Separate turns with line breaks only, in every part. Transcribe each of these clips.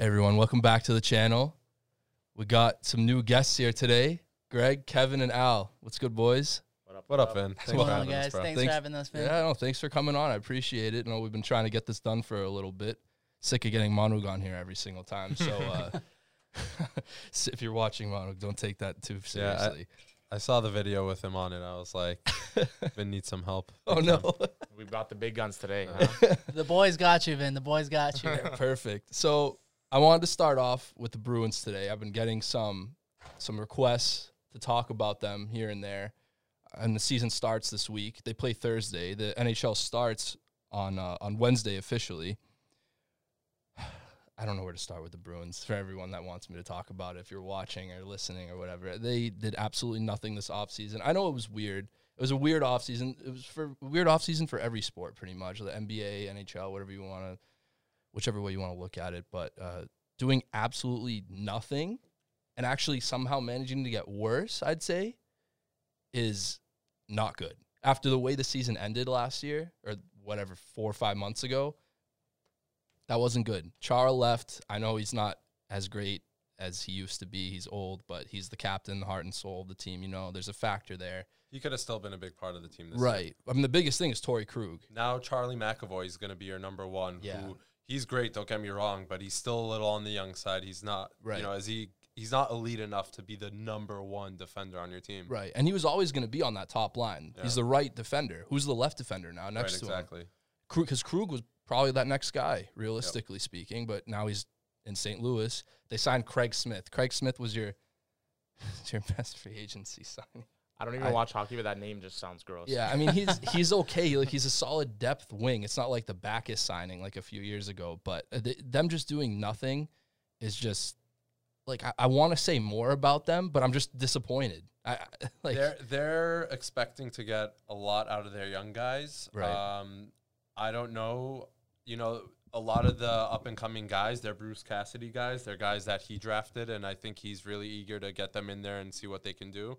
Welcome back to the channel. We got some new guests here today Greg, Kevin, and Al. What's good, boys?
What up? What up, Vin?
What's going on, guys? Thanks,
Thanks-
for having us, man.
Yeah, no, thanks for coming on. I appreciate it. You know, we've been trying to get this done for a little bit. Sick of getting Monug on here every single time. So, uh, so if you're watching Monug, don't take that too
Yeah, I-
seriously.
I saw the video with him on it. I was like, Vin needs some help. Um,
oh no.
We brought the big guns today.
The boys got you, Vin. The boys got you.
Yeah, perfect. So I wanted to start off with the Bruins today. I've been getting some some requests to talk about them here and there. And the season starts this week. They play Thursday. The NHL starts on uh, on Wednesday officially. I don't know where to start with the Bruins for everyone that wants me to talk about it. If you're watching or listening or whatever, they did absolutely nothing this offseason. I know it was weird. It was a weird offseason. It was for weird offseason for every sport, pretty much. The NBA, NHL, whatever you want to whichever way you want to look at it, but uh, doing absolutely nothing and actually somehow managing to get worse, I'd say, is not good. After the way the season ended last year, or whatever, four or five months ago, that wasn't good. Chara left. I know he's not as great as he used to be. He's old, but he's the captain, the heart and soul of the team. You know, there's a factor there.
He could have still been a big part of the team this year.
Right. I mean, the biggest thing is Tori Krug.
Now Charlie McAvoy is going to be your number one.
Yeah.
Who, he's great. Don't get me wrong, but he's still a little on the young side. He's not.
Right.
You know, as he he's not elite enough to be the number one defender on your team.
Right. And he was always going to be on that top line. He's
Yeah.
the right defender. Who's the left defender now
Right,
next to him?
exactly.
because Krug was probably that next guy, realistically speaking. But now he's in St. Louis. They signed Craig Smith. Craig Smith was your was your best free agency signing.
I don't even
I-
watch hockey, but that name just sounds gross.
Yeah, I mean he's he's okay. Like he's a solid depth wing. It's not like the Backus signing like a few years ago. But uh, th- them just doing nothing is just like I, I want to say more about them, but I'm just disappointed. I, I like
they're they're expecting to get a lot out of their young guys.
Right.
Um, I don't know. You know, a lot of the up and coming guys, they're Bruce Cassidy guys. They're guys that he drafted, and I think he's really eager to get them in there and see what they can do.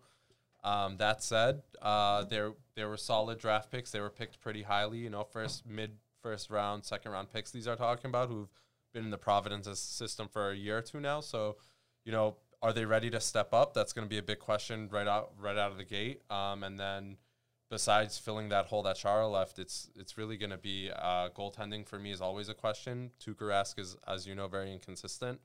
Um, that said, uh, there there were solid draft picks. They were picked pretty highly. You know, first mid first round, second round picks. These are talking about who've been in the Providence as- system for a year or two now. So, you know, are they ready to step up? That's going to be a big question right out right out of the gate. Um, and then besides filling that hole that Chara left, it's it's really going to be uh, goaltending for me is always a question. Tuukka Rask is, as you know, very inconsistent.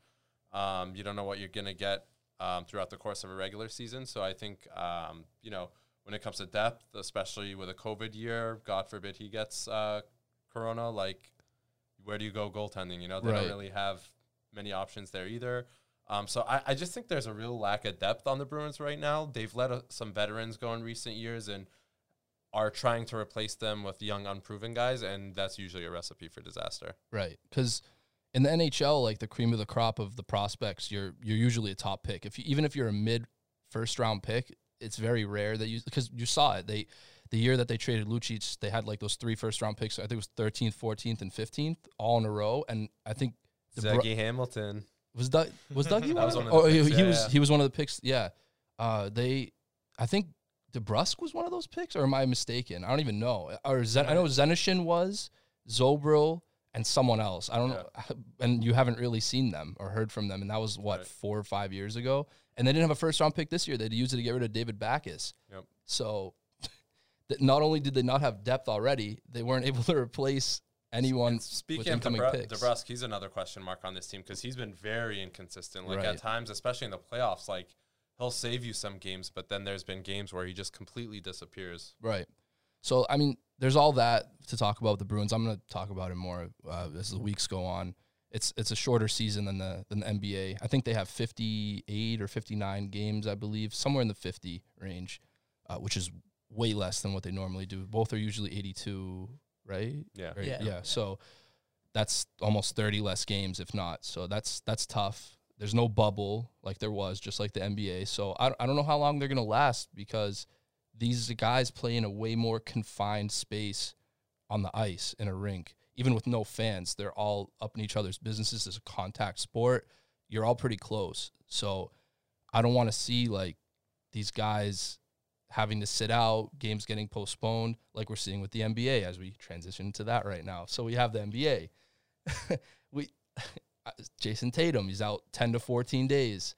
Um, you don't know what you're going to get um, throughout the course of a regular season. So I think um, you know when it comes to depth, especially with a COVID year, God forbid he gets uh, corona, like where do you go goaltending? You know they
Right.
don't really have many options there either. Um, so I, I just think there's a real lack of depth on the Bruins right now. They've let uh, some veterans go in recent years and are trying to replace them with young, unproven guys, and that's usually a recipe for disaster.
Right. Because in the NHL, like the cream of the crop of the prospects, you're you're usually a top pick. If you, even if you're a mid first round pick, it's very rare that you because you saw it. They the year that they traded Lucic, they had like those three first round picks. I think it was 13th, 14th, and 15th all in a row. And I think the Bru-
Hamilton.
was Doug was Dougie
That
one?
was
of
one
the-
of
oh,
the
he,
picks,
he
yeah,
was
yeah.
he was one of the picks. Yeah, uh, they I think DeBrusque was one of those picks, or am I mistaken? I don't even know. Or Zen, I know Zenishin was Zobril and someone else. I don't know. And you haven't really seen them or heard from them, and that was what
Right.
four or five years ago. And they didn't have a first round pick this year. They'd used it to get rid of David Backus.
Yep.
So. That not only did they not have depth already, they weren't able to replace anyone. with
Speaking of
incoming
Debru-
picks.
DeBrusque, he's another question mark on this team because he's been very inconsistent. Like
Right.
at times, especially in the playoffs, like he'll save you some games, but then there's been games where he just completely disappears.
Right. So I mean, there's all that to talk about with the Bruins. I'm going to talk about it more uh, as the weeks go on. It's it's a shorter season than the than the NBA. I think they have 58 or 59 games, I believe, somewhere in the 50 range, uh, which is way less than what they normally do. Both are usually 82, right?
Yeah.
Right,
Yeah.
yeah. So that's almost 30 less games, if not. So that's that's tough. There's no bubble like there was, just like the NBA. So I, I don't know how long they're going to last because these guys play in a way more confined space on the ice in a rink. Even with no fans, they're all up in each other's businesses. It's a contact sport. You're all pretty close. So I don't want to see like these guys having to sit out, games getting postponed, like we're seeing with the NBA as we transition to that right now. So we have the NBA. we uh, Jason Tatum, he's out 10 to 14 days.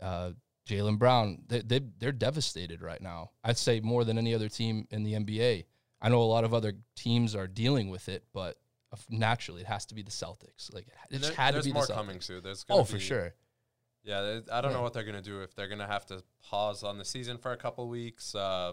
Uh, Jalen Brown, they, they, they're devastated right now. I'd say more than any other team in the NBA. I know a lot of other teams are dealing with it, but of- naturally, it has to be the Celtics. Like, it, ha- it
And
just
there-
had to
there's
be
more
the Celtics.
coming soon. There's gonna
Oh, for
be-
sure.
Yeah, there- I don't
Yeah.
know what they're gonna do if they're gonna have to pause on the season for a couple weeks. Uh,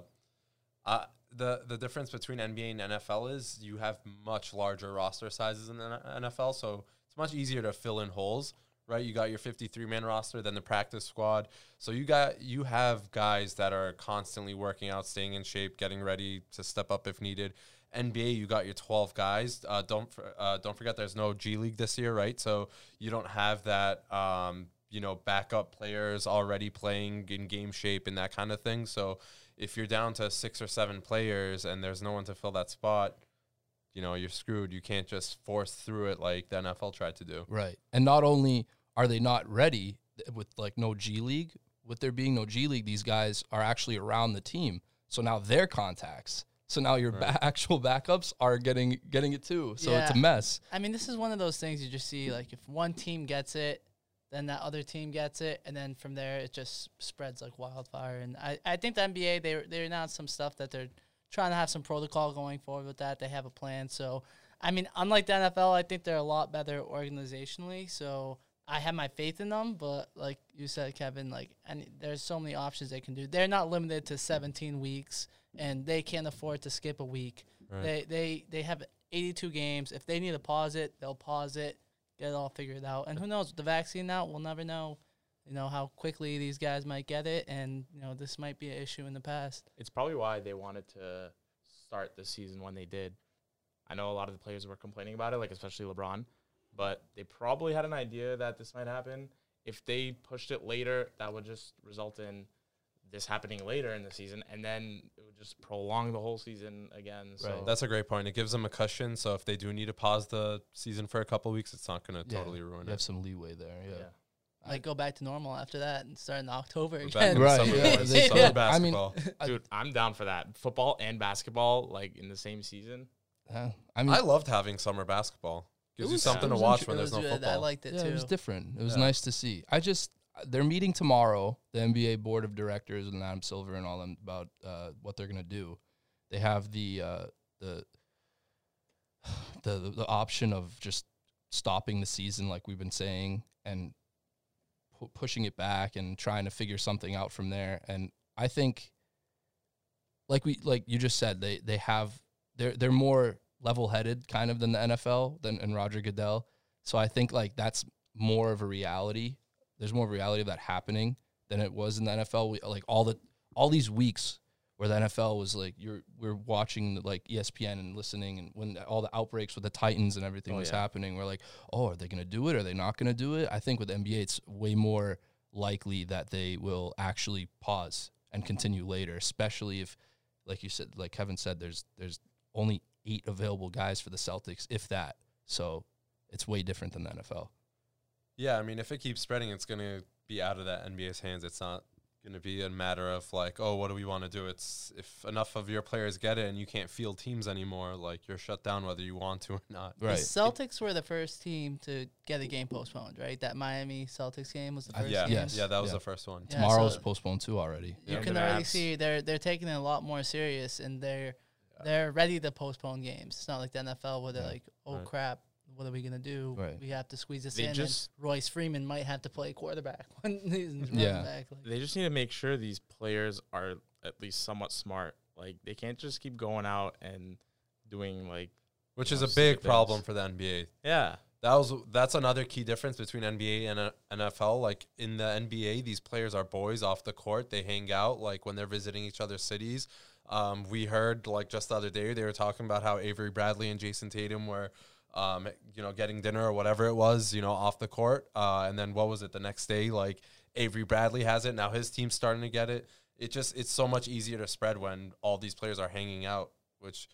I, the the difference between NBA and NFL is you have much larger roster sizes in the N- NFL, so it's much easier to fill in holes. Right, you got your 53 man roster, then the practice squad. So you got you have guys that are constantly working out, staying in shape, getting ready to step up if needed. NBA, you got your 12 guys. Uh, don't for, uh, don't forget, there's no G League this year, right? So you don't have that, um, you know, backup players already playing in game shape and that kind of thing. So if you're down to six or seven players and there's no one to fill that spot, you know, you're screwed. You can't just force through it like the NFL tried to do.
Right. And not only are they not ready th- with like no G League, with there being no G League, these guys are actually around the team. So now they're contacts. So now your ba- actual backups are getting getting it too. So it's a
Yeah.
mess.
I mean, this is one of those things you just see. Like, if one team gets it, then that other team gets it, and then from there it just spreads like wildfire. And I, I think the NBA they they announced some stuff that they're trying to have some protocol going forward with that. They have a plan. So, I mean, unlike the NFL, I think they're a lot better organizationally. So. I have my faith in them, but like you said, Kevin, like and there's so many options they can do. They're not limited to 17 weeks, and they can't afford to skip a week. They they they have 82 games. If they need to pause it, they'll pause it, get it all figured out. And who knows? With the vaccine out, we'll never know. You know how quickly these guys might get it, and you know this might be an issue in the past.
It's probably why they wanted to start the season when they did. I know a lot of the players were complaining about it, like especially LeBron, but they probably had an idea that this might happen. If they pushed it later, that would just result in this happening later in the season, and then it would just prolong the whole season again. So
That's a great point. It gives them a cushion. So if they do need to pause the season for a couple weeks, it's not going to
Yeah.
totally ruruin
You have
it.
some leeway there. Yeah.
yeah.
Like go back to normal after that and start in October
We're back
again.
in
Right,
summer,
yeah.
boys.
They-
Summer
yeah. I mean-
basketball.
I-
Dude, I'm down for that. Football and basketball, like in the same season.
Yeah. I mean,
I loved having summer basketball. Gives you
was-
something
it
to
was
watch
inter-
when
It
there's no
was good.
football.
I liked it
yeah,
too.
it was different. It was
Yeah.
nice to see. I just they're meeting tomorrow, the NBA board of directors and Adam Silver and all them about uh, what they're gonna do. They have the uh, the, the the option of just stopping the season, like we've been saying, and pu- pushing it back and trying to figure something out from there. And I think, like we like you just said, they they have they're they're more level headed kind of than the NFL than and Roger Goodell. So I think like that's more of a reality. There's more of a reality of that happening than it was in the NFL. We, like all the all these weeks where the NFL was like you're we're watching like E ESPN and listening and when all the outbreaks with the Titans and everything
Oh,
was
yeah.
happening, we're like, oh, are they going to do it? Are they not going to do it? I think with the NBA, it's way more likely that they will actually pause and continue later, especially if, like you said, like Kevin said, there's there's only eight available guys for the Celtics, if that. So it's way different than the NFL.
Yeah, I mean, if it keeps spreading, it's going to be out of that NBA's hands. It's not going to be a matter of like, oh, what do we want to do? It's if enough of your players get it and you can't field teams anymore, like you're shut down whether you want to or not.
The Celtics were the first team to get a game postponed, right? That Miami Celtics game was the
I-
first.
Yeah,
game.
Yes.
yeah, that was
Yeah.
the first one.
Yeah,
Tomorrow's
so-
postponed too already.
you
Yeah.
can
The
already
Mavs.
see they're they're taking it a lot more serious and they're they're ready to postpone games. It's not like the NFL where they're like, oh
Right.
crap, what are we gonna do?
Right.
We have to squeeze this
They
in.
just-
and Royce Freeman might have to play quarterback when he's running
Yeah.
back. Like,
They just need to make sure these players are at least somewhat smart. Like they can't just keep going out and doing like
Which
Yeah,
is a
I've seen
big
things.
problem for the NBA.
yeah.
That was that's another key difference between NBA and uh, NFL. Like in the NBA, these players are boys off the court. They hang out like when they're visiting each other's cities. Um, we heard like just the other day they were talking about how Avery Bradley and Jason Tatum were, um, you know, getting dinner or whatever it was, you know, off the court. Uh, and then what was it the next day? Like Avery Bradley has it now. His team's starting to get it. It just it's so much easier to spread when all these players are hanging out. Which,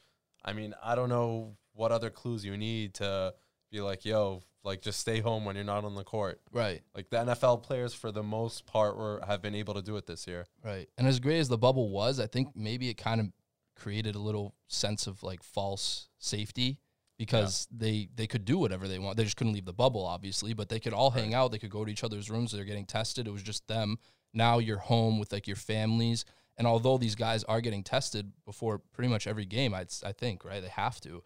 I mean, I don't know what other clues you need to be like, yo, like just stay home when you're not on the court.
Right,
Like the NFL players, for the most part, were have been able to do it this year.
right. And as great as the bubble was, I think maybe it kind of created a little sense of like false safety because they they could do whatever they want. They just couldn't leave the bubble, obviously, but they could all hang out. They could go to each other's rooms. They're getting tested. It was just them. Now you're home with like your families. And although these guys are getting tested before pretty much every game, I I think right they have to.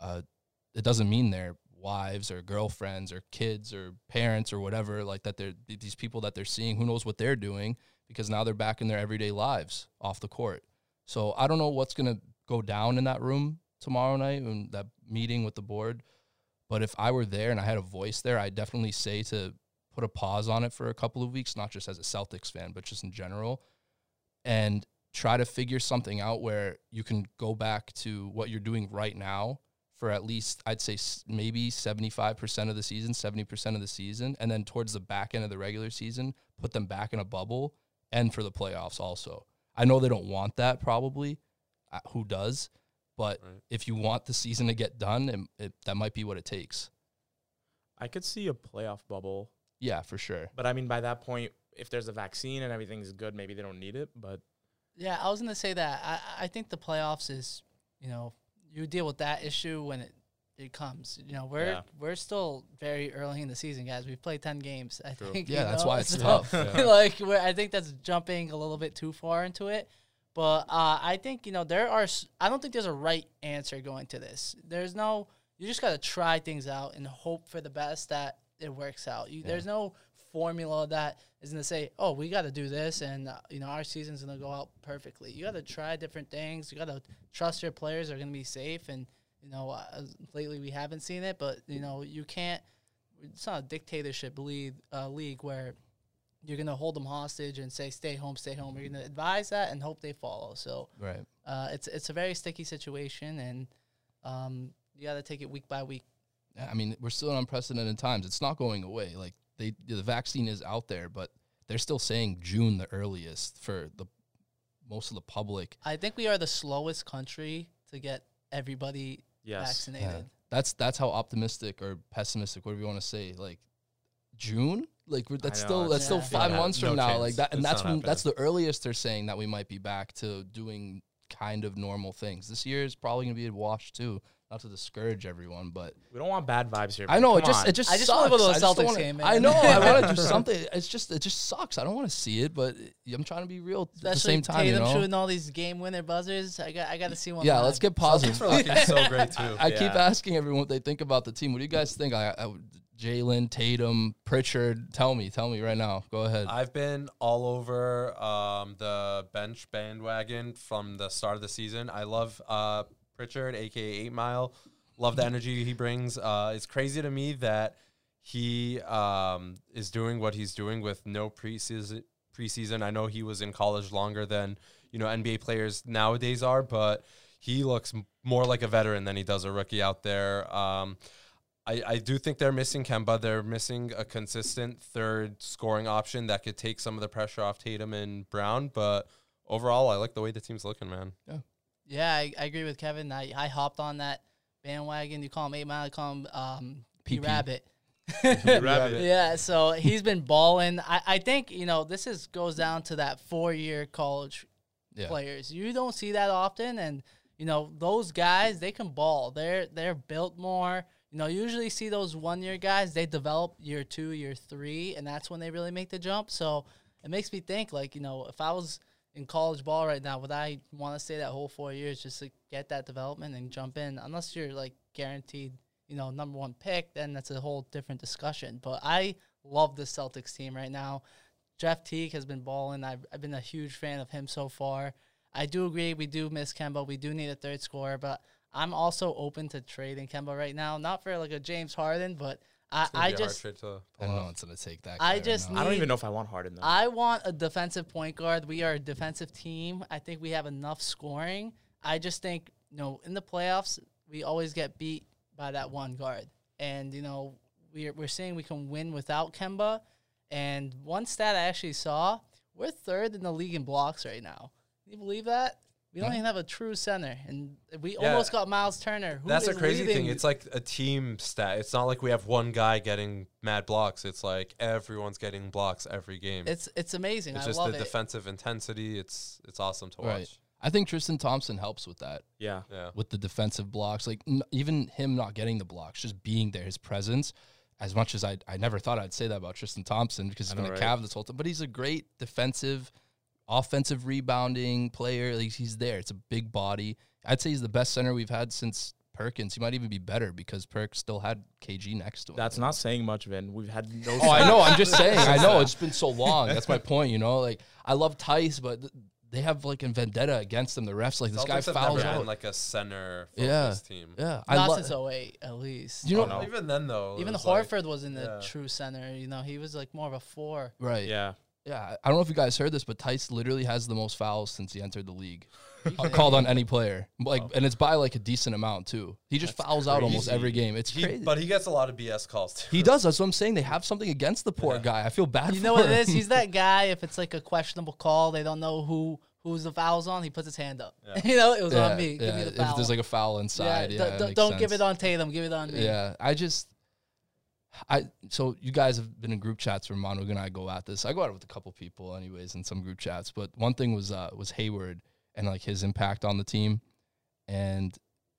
Uh, it doesn't mean their wives or girlfriends or kids or parents or whatever like that they're th- these people that they're seeing who knows what they're doing because now they're back in their everyday lives off the court so i don't know what's going to go down in that room tomorrow night and that meeting with the board but if i were there and i had a voice there i'd definitely say to put a pause on it for a couple of weeks not just as a celtics fan but just in general and try to figure something out where you can go back to what you're doing right now for at least I'd say s- maybe 75% of the season, 70% of the season and then towards the back end of the regular season put them back in a bubble and for the playoffs also. I know they don't want that probably. Uh, who does? But
Right.
if you want the season to get done, it, it, that might be what it takes.
I could see a playoff bubble,
Yeah, for sure.
but I mean by that point, if there's a vaccine and everything's good, maybe they don't need it. But
Yeah, I was gonna say that. I I think the playoffs is you know you deal with that issue when it it comes. You know we're
Yeah.
we're still very early in the season, guys. We've played ten games. I
True.
think.
Yeah,
you
that's
know?
why it's
So,
tough.
Yeah.
like we're, I think that's jumping a little bit too far into it. But uh, I think you know there are. s- I don't think there's a right answer going to this. There's no. You just gotta try things out and hope for the best that it works out. You, There's no formula that is gonna say, "Oh, we gotta do this," and uh, you know our season's gonna go out perfectly. You gotta try different things. You gotta trust your players are gonna be safe. And you know, uh, lately we haven't seen it, but you know you can't. It's not a dictatorship league, uh, league where you're gonna hold them hostage and say stay home, stay home. You're gonna advise that and hope they follow. So
Right.
uh, it's it's a very sticky situation, and um, you got to take it week by week.
I mean, we're still in unprecedented times. It's not going away. Like they, the vaccine is out there, but they're still saying June the earliest for the most of the public.
I think we are the slowest country to get everybody
yes,
vaccinated.
That's that's how optimistic or pessimistic, whatever you want to say. Like June, like we're, that's
know,
still
it's-
that's still
Yeah.
five
Yeah,
months
no
from now.
chance.
Like that, and
It's
that's
not
when that's the earliest they're saying that we might be back to doing kind of normal things. This year is probably gonna be a wash too. Not to discourage everyone, but
we don't want bad vibes here.
I
man.
know it
Come
just
on.
it just
I just
sucks.
wanna go to the
I just don't
Celtics
wanna-
game, man.
I know I want to do something. It's just it just sucks. I don't want to see it, but I'm trying to be real at the
Especially
same time. You
Tatum
know?
shooting all these game winner buzzers. I got I got to see one.
Yeah,
live.
let's get
Celtics
positive.
were looking so great too.
I keep
Yeah.
asking everyone what they think about the team. What do you guys think? I, I Jalen Tatum, Pritchard. Tell me, tell me right now. Go ahead.
I've been all over um, the bench bandwagon from the start of the season. I love uh, Pritchard, aka Eight Mile. Love the energy he brings. Uh, it's crazy to me that he um, is doing what he's doing with no preseason. Preseason. I know he was in college longer than you know NBA players nowadays are, but he looks m- more like a veteran than he does a rookie out there. Um, I, I do think they're missing Kemba. They're missing a consistent third scoring option that could take some of the pressure off Tatum and Brown. But overall, I like the way the team's looking, man.
Yeah, I, I agree with Kevin. I, I hopped on that bandwagon. You call him Eight Mile. I call him um, P
PP.
Rabbit.
Rabbit.
Yeah, so he's been balling. I, I think you know this is goes down to that four year college
Yeah.
players. You don't see that often, and you know those guys they can ball. They're they're built more. You know, you usually see those one year guys they develop year two, year three, and that's when they really make the jump. So it makes me think like you know if I was in college ball right now, would I want to stay that whole four years just to get that development and jump in? Unless you're like guaranteed, you know, number one pick, then that's a whole different discussion. But I love the Celtics team right now. Jeff Teague has been balling. I've, I've been a huge fan of him so far. I do agree we do miss Kemba. We do need a third scorer, but I'm also open to trading Kemba right now. Not for like a James Harden, but I, I just
I don't know it's gonna take that. guy
I
right
just
now.
I don't even know if I want Harden though.
I want a defensive point guard. We are a defensive team. I think we have enough scoring. I just think, you know, in the playoffs, we always get beat by that one guard. And, you know, we're, we're saying we can win without Kemba. And one stat I actually saw, we're third in the league in blocks right now. Can you believe that? We don't even have a true center. And we
Yeah.
almost got Miles Turner. Who
That's a
is
crazy thing.
leading-
It's like a team stat. It's not like we have one guy getting mad blocks. It's like everyone's getting blocks every game. It's,
it's, it's amazing. I
just
love
the
it.
defensive intensity. It's it's awesome to watch.
Right. I think Tristan Thompson helps with that,
Yeah.
Yeah.
with the defensive blocks. Like n- even him not getting the blocks, just being there, his presence. As much as I, I never thought I'd say that about Tristan Thompson because he's
I
been
know,
a
right?
Cav this whole time, but he's a great defensive, offensive rebounding player. Like he's there. It's a big body. I'd say he's the best center we've had since Perkins. He might even be better because Perk still had KG next to him.
That's not saying much, Vin. We've had no.
Oh, I know. I'm just saying. I know. It's been so long. That's my point. You know, like I love Tice, but th- they have like a vendetta against them. The refs, like this guy
Celtics have
fouls
never
out.
Been like a center
Yeah.
focused team.
yeah, I
Not
love.
since 08, at least.
You know,
Oh, no.
Even then though, it
Even
was like-
Horford wasn't a
yeah.
true center. You know, he was like more of a four.
right? Yeah.
Yeah.
yeah. I don't know if you guys heard this, but Tice literally has the most fouls since he entered the league,
He
Uh,
could-
called on any player. Like, and it's by like a decent amount too. He just fouls out almost
crazy.
every game. It's
He-
crazy.
but he gets a lot of BS calls too.
he does. That's what I'm saying. They have something against the poor guy. I feel bad.
You
for
know what it
him.
is? He's that guy. If it's like a questionable call, they don't know who who's the fouls on. He puts his hand up. you know, it was
Yeah,
on me. Give me
yeah,
the foul.
If there's like a foul inside, yeah,
d-
it
d-
makes
don't give
sense.
it on Tatum. Give it on me.
Yeah, I just, I so you guys have been in group chats where Manu and I go at this. I go out with a couple people, anyways, in some group chats. But one thing was uh, was Hayward and like his impact on the team, and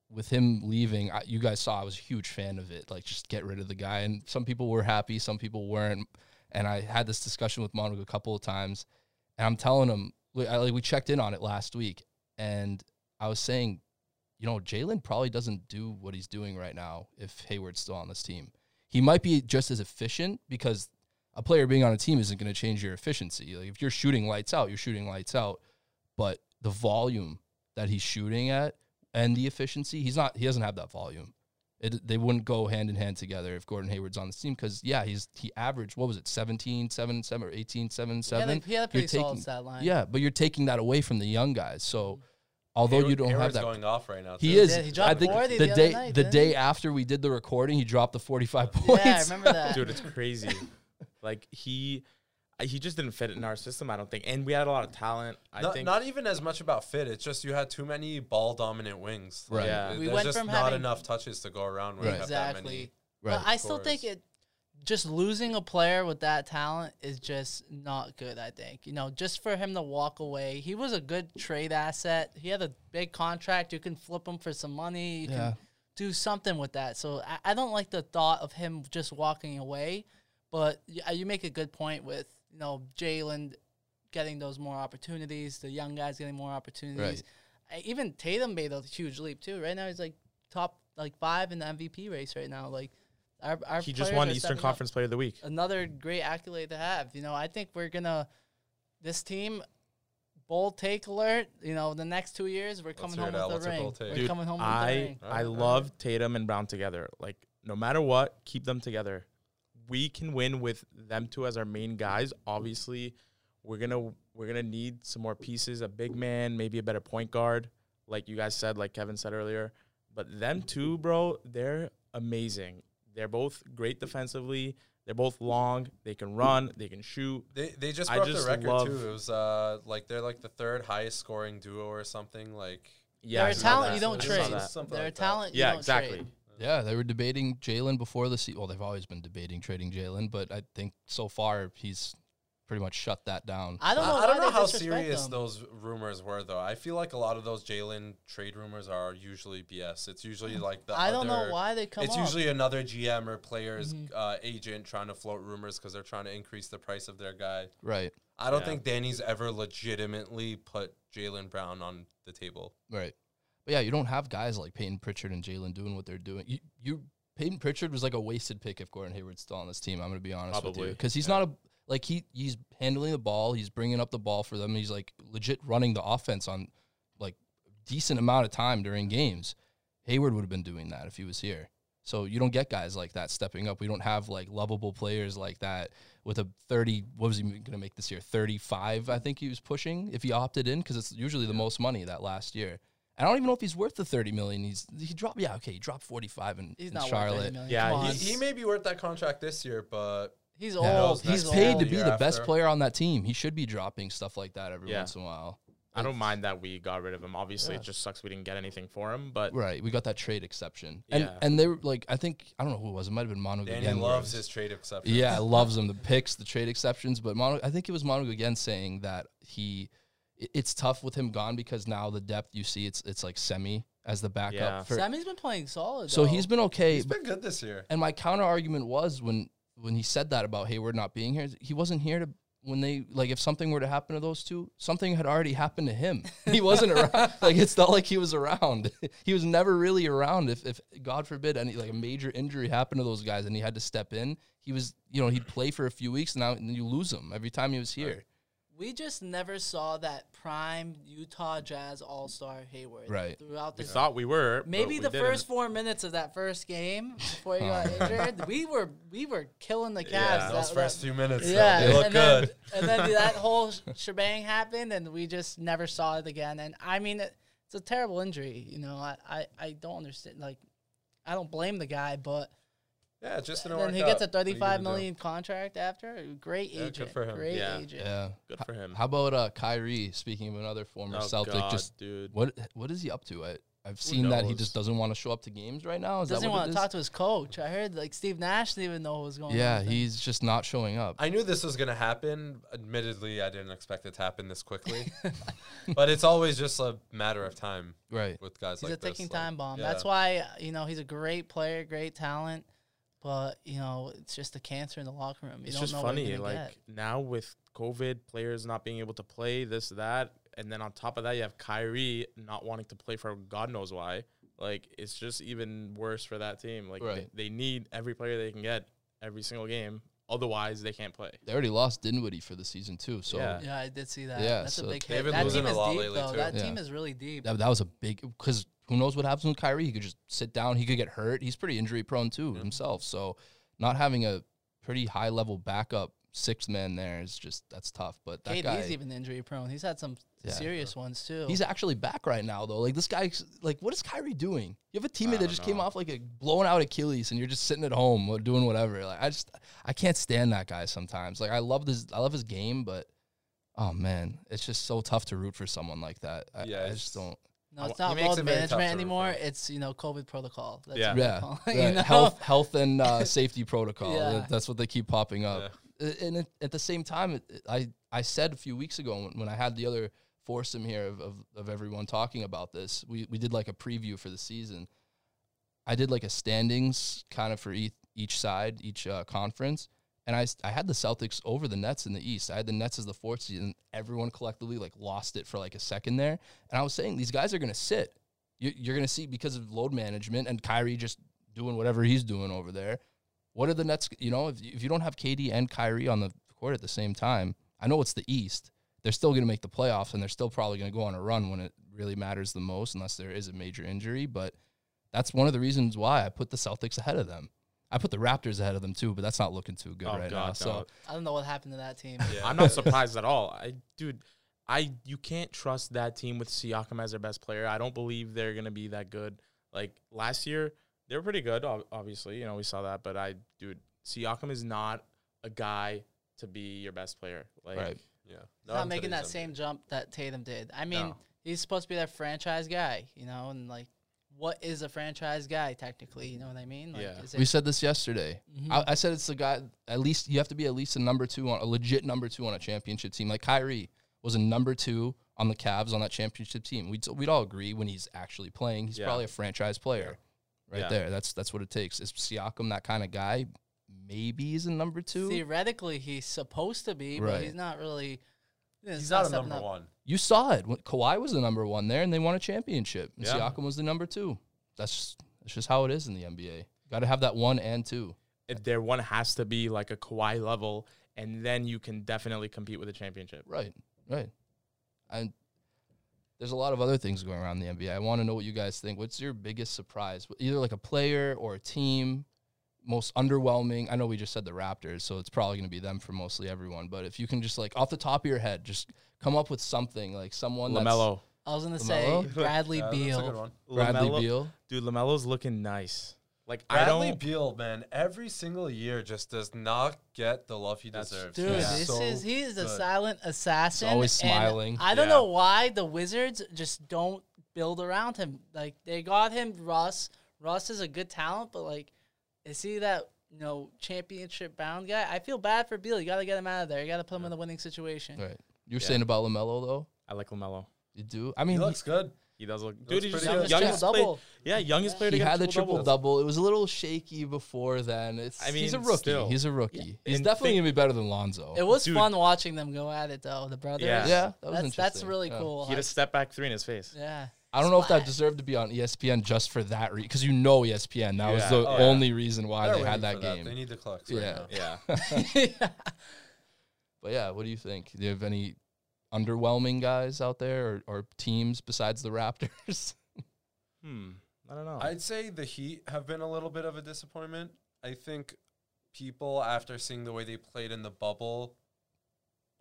with him leaving, I, you guys saw I was a huge fan of it. Like just get rid of the guy, and some people were happy, some people weren't. And I had this discussion with Manu a couple of times, and I'm telling him we- I, like we checked in on it last week, and I was saying you know, Jalen probably doesn't do what he's doing right now if Hayward's still on this team. He might be just as efficient because a player being on a team isn't going to change your efficiency. Like if you're shooting lights out, you're shooting lights out. But the volume that he's shooting at and the efficiency, he's not. He doesn't have that volume. It, they wouldn't go hand in hand together if Gordon Hayward's on this team because yeah, he's he averaged what was it 17, 7, 7 or 18, 7,
He had,
7.
like, he had a
You're
pretty solid
taking-
stat line.
yeah, but you're taking that away from the young guys. So although
Hayward-
you don't
Hayward's
have that
going off right now.
he
too.
is.
Mm-hmm. Yeah, he dropped
I think
40
the,
the other
day
night,
the
didn't
day
he?
after we did the recording, he dropped the 45 points.
Yeah, I remember that.
Dude, it's crazy. like he, he just didn't fit in our system. I don't think, and we had a lot of talent. I
Not,
think.
not even as much about fit. It's just you had too many ball dominant wings. Uh,
Right.
Yeah.
There's
We went
just
from
not
having-
enough touches to go around. Where you have that many.
Exactly.
Right.
But I still think
Scores.
it just losing a player with that talent is just not good, I think. You know, just for him to walk away, he was a good trade asset. He had a big contract. You can flip him for some money. You
Yeah.
can do something with that. So I, I don't like the thought of him just walking away. But you, you make a good point with, you know, Jalen getting those more opportunities, the young guys getting more opportunities. I- Even Tatum made a huge leap too. Right now he's like top like five in the MVP race right now. Like our, our
he just
players
won
are
Eastern
stepping up.
Conference Player of the Week.
Another great accolade to have. You know, I think we're gonna this team bold take alert. You know, the next two years we're coming
hear
home
it out.
with
What's
a
a
ring.
bold take?
We're
Dude,
coming home with a
I
ring.
I love Tatum and Brown together. Like no matter what, keep them together. We can win with them two as our main guys. Obviously, we're gonna we're gonna need some more pieces, a big man, maybe a better point guard, like you guys said, like Kevin said earlier. But them two, bro, they're amazing. They're both great defensively. They're both long. They can run. They can shoot.
They, they just
I
broke
just
the record
love-
too. It was uh like they're like the third highest scoring duo or something. Like
Yeah,
They're
I
a
saw
talent
that.
you don't
I saw
trade.
that.
Something
They're a
like that.
talent. you
Yeah,
don't
exactly.
trade.
yeah, they were debating Jalen before the season. Well, they've always been debating trading Jalen, but I think so far he's pretty much shut that down.
I don't know.
I, I don't
why
know
they
how
disrespect
serious
them.
those rumors were though. I feel like a lot of those Jalen trade rumors are usually BS. It's usually like the
I don't know
other-
why they come. Mm-hmm.
it's
up.
usually another GM or player's uh, agent trying to float rumors because they're trying to increase the price of their guy.
right.
I don't
Yeah.
think Danny's ever legitimately put Jalen Brown on the table.
Right. But yeah, you don't have guys like Peyton Pritchard and Jalen doing what they're doing. You, you Peyton Pritchard was like a wasted pick if Gordon Hayward's still on this team. I'm going to be honest with you
Probably,
because he's not a like he he's handling the ball, he's bringing up the ball for them. He's like legit running the offense on like decent amount of time during games. Hayward would have been doing that if he was here. So you don't get guys like that stepping up. We don't have like lovable players like that with a 30 what was he going to make this year 35 i think he was pushing if he opted in because it's usually the most money that last year i don't even know if he's worth the 30 million he's he dropped yeah okay he dropped 45 in,
He's
in
not worth
charlotte
eighty million.
Yeah,
Come
He,
on.
he may be worth that contract this year, but
he's
Yeah.
old.
He's
he's
He's,
paid to
old.
be
Year
the best
after.
player on that team he should be dropping stuff like that every
Yeah.
once in a while
I don't mind that we got rid of him. Obviously, it just sucks we didn't get anything for him. But
right we got that trade exception and
Yeah.
and they were like i think i don't know who it was it might have been mono
Danny
Guggen.
loves his trade exception.
Yeah, loves them. The picks, the trade exceptions, but Mono, I think it was Mono again saying that he it- it's tough with him gone because now the depth you see it's it's like semi as the backup
Yeah.
for.
Sammy's been playing solid.
so
though.
he's been okay.
He's
but-
been good this year.
and my counter argument was when when he said that about Hayward not being here, he wasn't here to when they like if something were to happen to those two, something had already happened to him. He wasn't around. Like it's not like he was around. he was never really around. If if God forbid any like a major injury happened to those guys and he had to step in, he was you know he'd play for a few weeks and now and you lose him every time he was here.
We just never saw that prime Utah Jazz All Star Hayward
Right.
throughout
We
this.
thought we were. but
Maybe
we
the
didn't.
first four minutes of that first game before he got
Oh.
injured, we were we were killing the Cavs.
Yeah,
that-
those
that-
first few minutes. though,
yeah,
they look
and
good.
Then, and then that whole sh- shebang happened, and we just never saw it again. And I mean, it, it's a terrible injury. You know, I, I, I don't understand. Like, I don't blame the guy, but
yeah, it just didn't
then
work
he gets
out.
a
What are you gonna
thirty-five
do?
million contract after. Great
Yeah,
agent,
good for him.
great
Yeah.
agent.
Yeah.
Good for him.
How about uh Kyrie? Speaking of another former
Oh,
Celtic,
God,
just
dude.
what what is he up to? I, I've seen that he
knows?
just doesn't want to show up to games right now. Is
Doesn't
that what
want
it
to
is?
talk to his coach. I heard like Steve Nash didn't even know what was going on.
Yeah,
with him.
he's just not showing up.
I knew this was going to happen. Admittedly, I didn't expect it to happen this quickly. but it's always just a matter of time
right.
with guys
he's
like
a ticking
this. like,
time bomb.
yeah.
That's why you know he's a great player, great talent, but you know it's just the cancer in the locker room. You
It's
don't
just
know what
funny.
you're gonna
Like
get.
now with COVID, players not being able to play this, that, and then on top of that, you have Kyrie not wanting to play for God knows why. Like it's just even worse for that team. Like
Right.
they, they need every player they can get every single game. Otherwise, they can't play.
They already lost Dinwiddie for the season too. So
Yeah.
Yeah, I did see that.
Yeah,
that's
so
a big
they've
hit.
been
That
losing
team
a
is
lot
deep
lately,
though.
too.
That
Yeah.
team is really deep.
that, that was a big because who knows what happens with Kyrie? He could just sit down. He could get hurt. He's pretty injury prone too himself. So not having a pretty high level backup sixth man there is just that's tough. But that
KD's
guy,
even injury prone. He's had some
Yeah.
serious ones too.
he's actually back right now though. Like this guy's like, what is Kyrie doing? You have a teammate that
don't
just came
know.
off like a blown out Achilles, and you're just sitting at home what- doing whatever. Like I just I can't stand that guy sometimes. Like I love this I love his game, but. Oh man, it's just so tough to root for someone like that. I,
Yeah,
I
it's-
just don't.
no, it's
He
not
makes
load
it very tough to
management
root
anymore.
for.
It's you know COVID protocol. That's
Yeah.
what they
yeah,
call it,
right.
you know?
health, health, and uh, safety protocol.
Yeah.
That- That's what they keep popping up. A- And it, at the same time, it, it- I I said a few weeks ago when, when I had the other foursome here of, of, of everyone talking about this, we we did like a preview for the season. I did like a standings kind of for each each side, each uh, conference. And I, s- I had the Celtics over the Nets in the East. I had the Nets as the fourth seed, and everyone collectively like lost it for like a second there. And I was saying these guys are going to sit. You, you're going to see because of load management and Kyrie just doing whatever he's doing over there. What are the Nets? You know, if you, if you don't have KD and Kyrie on the court at the same time, I know it's the East. They're still going to make the playoffs, and they're still probably going to go on a run when it really matters the most, unless there is a major injury. But that's one of the reasons why I put the Celtics ahead of them. I put the Raptors ahead of them too, but that's not looking too good
Oh,
right
God,
now. So
no.
I don't know what happened to that team.
Yeah.
I'm not surprised at all. I dude, I you can't trust that team with Siakam as their best player. I don't believe they're gonna be that good. Like last year, they were pretty good. ob- Obviously, you know we saw that. But I, dude, Siakam is not a guy to be your best player. Like
Right.
Yeah.
He's not making that same jump that Tatum did. I mean,
No.
he's supposed to be that franchise guy, you know, and like, what is a franchise guy technically? You know what I mean? Like,
Yeah.
Is
we said this yesterday.
Mhm.
I, I said it's the guy. At least you have to be at least a number two on a legit number two on a championship team. Like Kyrie was a number two on the Cavs on that championship team. We'd we'd all agree when he's actually playing, he's
Yeah.
probably a franchise player, right
Yeah.
there. That's that's what it takes. Is Siakam that kind of guy? Maybe he's a number two.
theoretically he's supposed to be, but
Right.
he's not really.
He's
it's
not a
stepping
number
up.
one.
you saw it when Kawhi was the number one there, and they won a championship. And
Yeah.
Siakam was the number two. That's that's just how it is in the NBA. Got to have that one and two.
if their one has to be like a Kawhi level, and then you can definitely compete with a championship.
Right, right. And there's a lot of other things going around in the NBA. I want to know what you guys think. What's your biggest surprise? Wh- Either like a player or a team, most underwhelming. I know we just said the Raptors, so it's probably going to be them for mostly everyone. But if you can just like off the top of your head, just come up with something like someone that's-
Lamelo,
I was gonna say
LaMelo?
Bradley
Yeah, that's a good
Beal.
one.
Bradley
LaMelo-
Beal.
dude, Lamelo's looking nice. Like I
Bradley
don't.
Beal, man, every single year just does not get the love he
That's-
deserves.
Dude,
Yeah.
He's
this
so
is he is a
good.
silent assassin.
He's always
and
smiling.
I don't
Yeah.
know why the Wizards just don't build around him. Like they got him Russ. Russ is a good talent, but like is he that you know championship bound guy? I feel bad for Beal. You gotta get him out of there. You gotta put him in a winning situation.
Right. You're
Yeah.
saying about Lamelo though.
I like Lamelo.
You do? I mean,
he looks good.
He does look.
Dude,
Dude, did you
pretty
see
good.
the
Youngest
youngest player?
double.
Yeah, youngest player
he,
to get
had the
triple-double.
triple double. It was a little shaky before then. It's,
I
he's a
mean,
rookie.
still.
he's a rookie. He's
And
definitely
think-
gonna be better than Lonzo.
It was
Dude.
fun watching them go at it though, the brothers.
yeah,
Yeah.
that was
That's that's
interesting.
really
Yeah.
cool.
He had a
like,
step back three in his face.
yeah.
I don't know if that
Splat.
deserved to be on E ESPN just for that reason, because you know E ESPN. That was
Yeah.
the
Oh,
yeah.
only reason why
They're
they had
waiting
that
for
game.
They need the clucks
Yeah.
right now.
Yeah.
But yeah, what do you think? Do you have any underwhelming guys out there or, or teams besides the Raptors?
hmm. I don't know.
I'd say the Heat have been a little bit of a disappointment. I think people, after seeing the way they played in the bubble,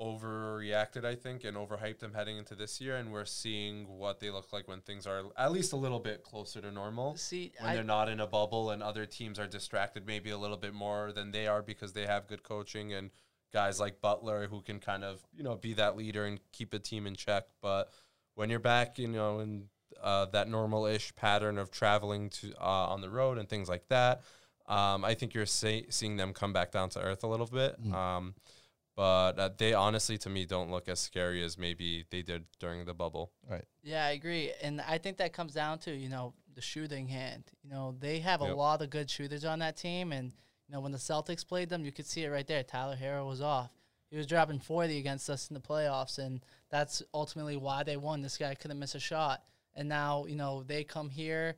overreacted, I think, and overhyped them heading into this year. And we're seeing what they look like when things are at least a little bit closer to normal.
See,
When
I,
they're not in a bubble and other teams are distracted maybe a little bit more than they are because they have good coaching and guys like Butler who can kind of, you know, be that leader and keep a team in check. But when you're back, you know, in uh, that normal ish pattern of traveling to uh, on the road and things like that, um, I think you're see- seeing them come back down to earth a little bit.
Mm.
Um, but uh, they honestly, to me, don't look as scary as maybe they did during the bubble.
yeah, I agree, and I think that comes down to you know the shooting hand. You know they have a
Yep.
lot of good shooters on that team, and you know when the Celtics played them, you could see it right there. Tyler Hero was off. He was dropping forty against us in the playoffs, and that's ultimately why they won. This guy couldn't miss a shot, and now you know they come here.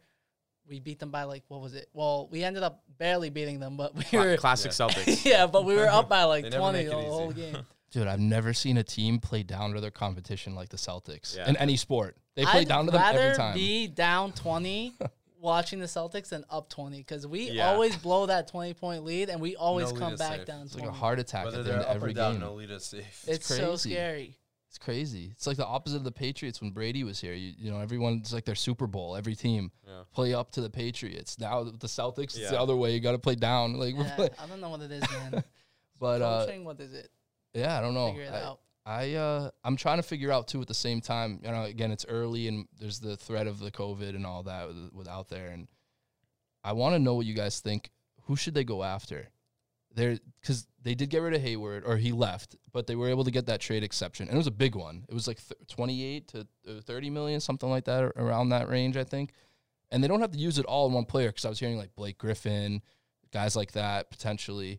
We beat them by like what was it? Well, we ended up barely beating them, but we
Cla-
were
classic Celtics.
yeah, but we were up by like
They never
twenty
make it
the whole
easy.
game.
Dude, I've never seen a team play down to their competition like the Celtics
Yeah.
in any sport. They play
I'd
down to them every
rather
time.
Be down twenty, watching the Celtics than up twenty because we
Yeah.
always blow that twenty point lead and we always
lead
come
is
back
safe.
down
it's like a
twenty.
heart attack
Whether
at the
they're
end of
up or
every
down,
game.
no lead is safe.
it's so
crazy.
scary.
It's crazy. It's like the opposite of the Patriots when Brady was here. You, you know, everyone's like their Super Bowl. Every team
Yeah.
play up to the Patriots. Now the Celtics, it's the
Yeah.
other way. You got to play down. Like, we're
Yeah,
play-
I don't know what it is, man.
but uh,
Coaching, what is it?
yeah, I don't know.
Figure it
I-
out.
I uh I'm trying to figure out too at the same time, you know, again it's early and there's the threat of the COVID and all that with, with out there and I want to know what you guys think. Who should they go after? There cuz they did get rid of Hayward or he left, but they were able to get that trade exception. And it was a big one. It was like th- 28 to uh, 30 million, something like that or around that range, I think. And they don't have to use it all in one player cuz I was hearing like Blake Griffin, guys like that potentially,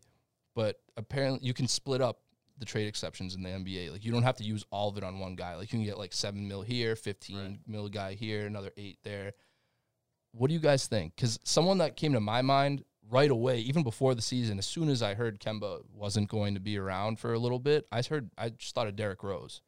but apparently you can split up the trade exceptions in the NBA. Like you don't have to use all of it on one guy. Like you can get like seven mil here, fifteen mil guy here, another eight there. What do you guys think? Because someone that came to my mind right away, even before the season, as soon as I heard Kemba wasn't going to be around for a little bit, I heard I just thought of Derrick Rose.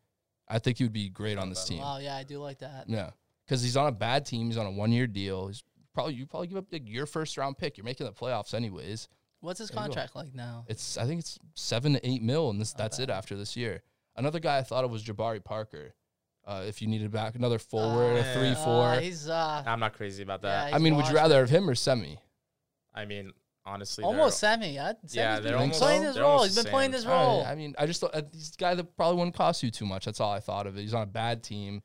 I think he would be great on this team.
Wow, yeah, I do like that.
Yeah, because he's on a bad team. He's on a one year deal. He's probably you probably give up like, your first round pick. You're making the playoffs anyways.
What's his
There you go.
contract like now?
It's I think it's seven to eight mil, and this
Not
that's it
bad.
after this year. Another guy I thought of was Jabari Parker. Uh, if you needed back another forward,
Ah,
a three
yeah.
four.
Uh, he's uh,
I'm not crazy about
Yeah,
that.
I mean, would
washed,
you rather have him or Semi?
I mean, honestly, they're-
almost semi. I'd,
Yeah,
Semi's
they're
been
almost-
playing his
they're
role.
almost
He's
the
been playing
same.
his role.
I, I mean, I just thought uh, this guy that probably wouldn't cost you too much. That's all I thought of. He's on a bad team.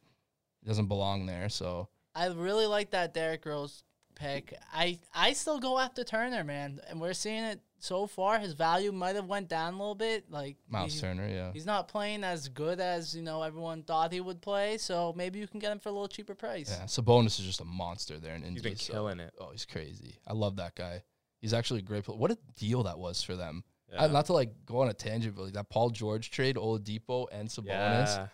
He doesn't belong there. So
I really like that Derrick Rose pick. I I still go after Turner, man, and we're seeing it so far. His value might have went down a little bit. Like
Miles
he's,
Turner, yeah.
he's not playing as good as you know everyone thought he would play. So maybe you can get him for a little cheaper price.
Yeah, Sabonis is just a monster there in Indy.
he's been
so-
killing it.
Oh, he's crazy. I love that guy. He's actually a great player. What a deal that was for them.
Yeah.
Uh, not to like go on a tangent, but like that Paul George trade, Oladipo and Sabonis.
Yeah.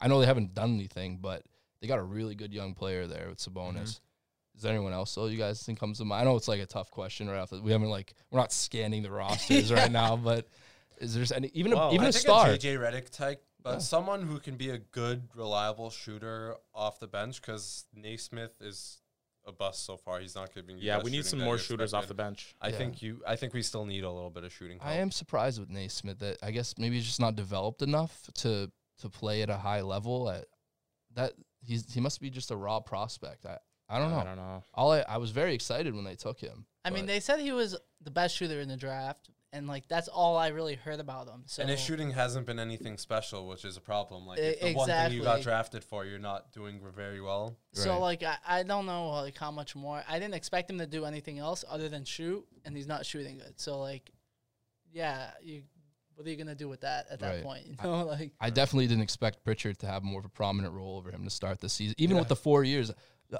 I know they haven't done anything, but they got a really good young player there with Sabonis. Is there anyone else though you guys think comes to mind? I know it's like a tough question right off. the- We haven't like we're not scanning the rosters right now, but is there any even
Well,
a, even
I
a
think
star?
a JJ Redick type, but
Yeah.
someone who can be a good, reliable shooter off the bench because Naismith is a bust so far. He's not giving. You
Yeah,
that
we need
shooting
some
that
more
you
shooters off the
expected.
bench.
I
Yeah.
think you. I think we still need a little bit of shooting.
I
help.
am surprised with Naismith that I guess maybe he's just not developed enough to to play at a high level. At that he's he must be just a raw prospect. I I don't know.
I don't know.
All I, I was very excited when they took him.
I mean,
but
they said he was the best shooter in the draft, and like that's all I really heard about him. So
And his shooting hasn't been anything special, which is a problem. Like
E-
it's the one thing you got
exactly.
drafted for, you're not doing very well.
So
Right.
like I, I don't know like how much more I didn't expect him to do anything else other than shoot and he's not shooting good. So like yeah, you what are you gonna do with that at that
Right.
point? You
I-
know, like
I definitely didn't expect Pritchard to have more of a prominent role over him to start the season, even with the four years.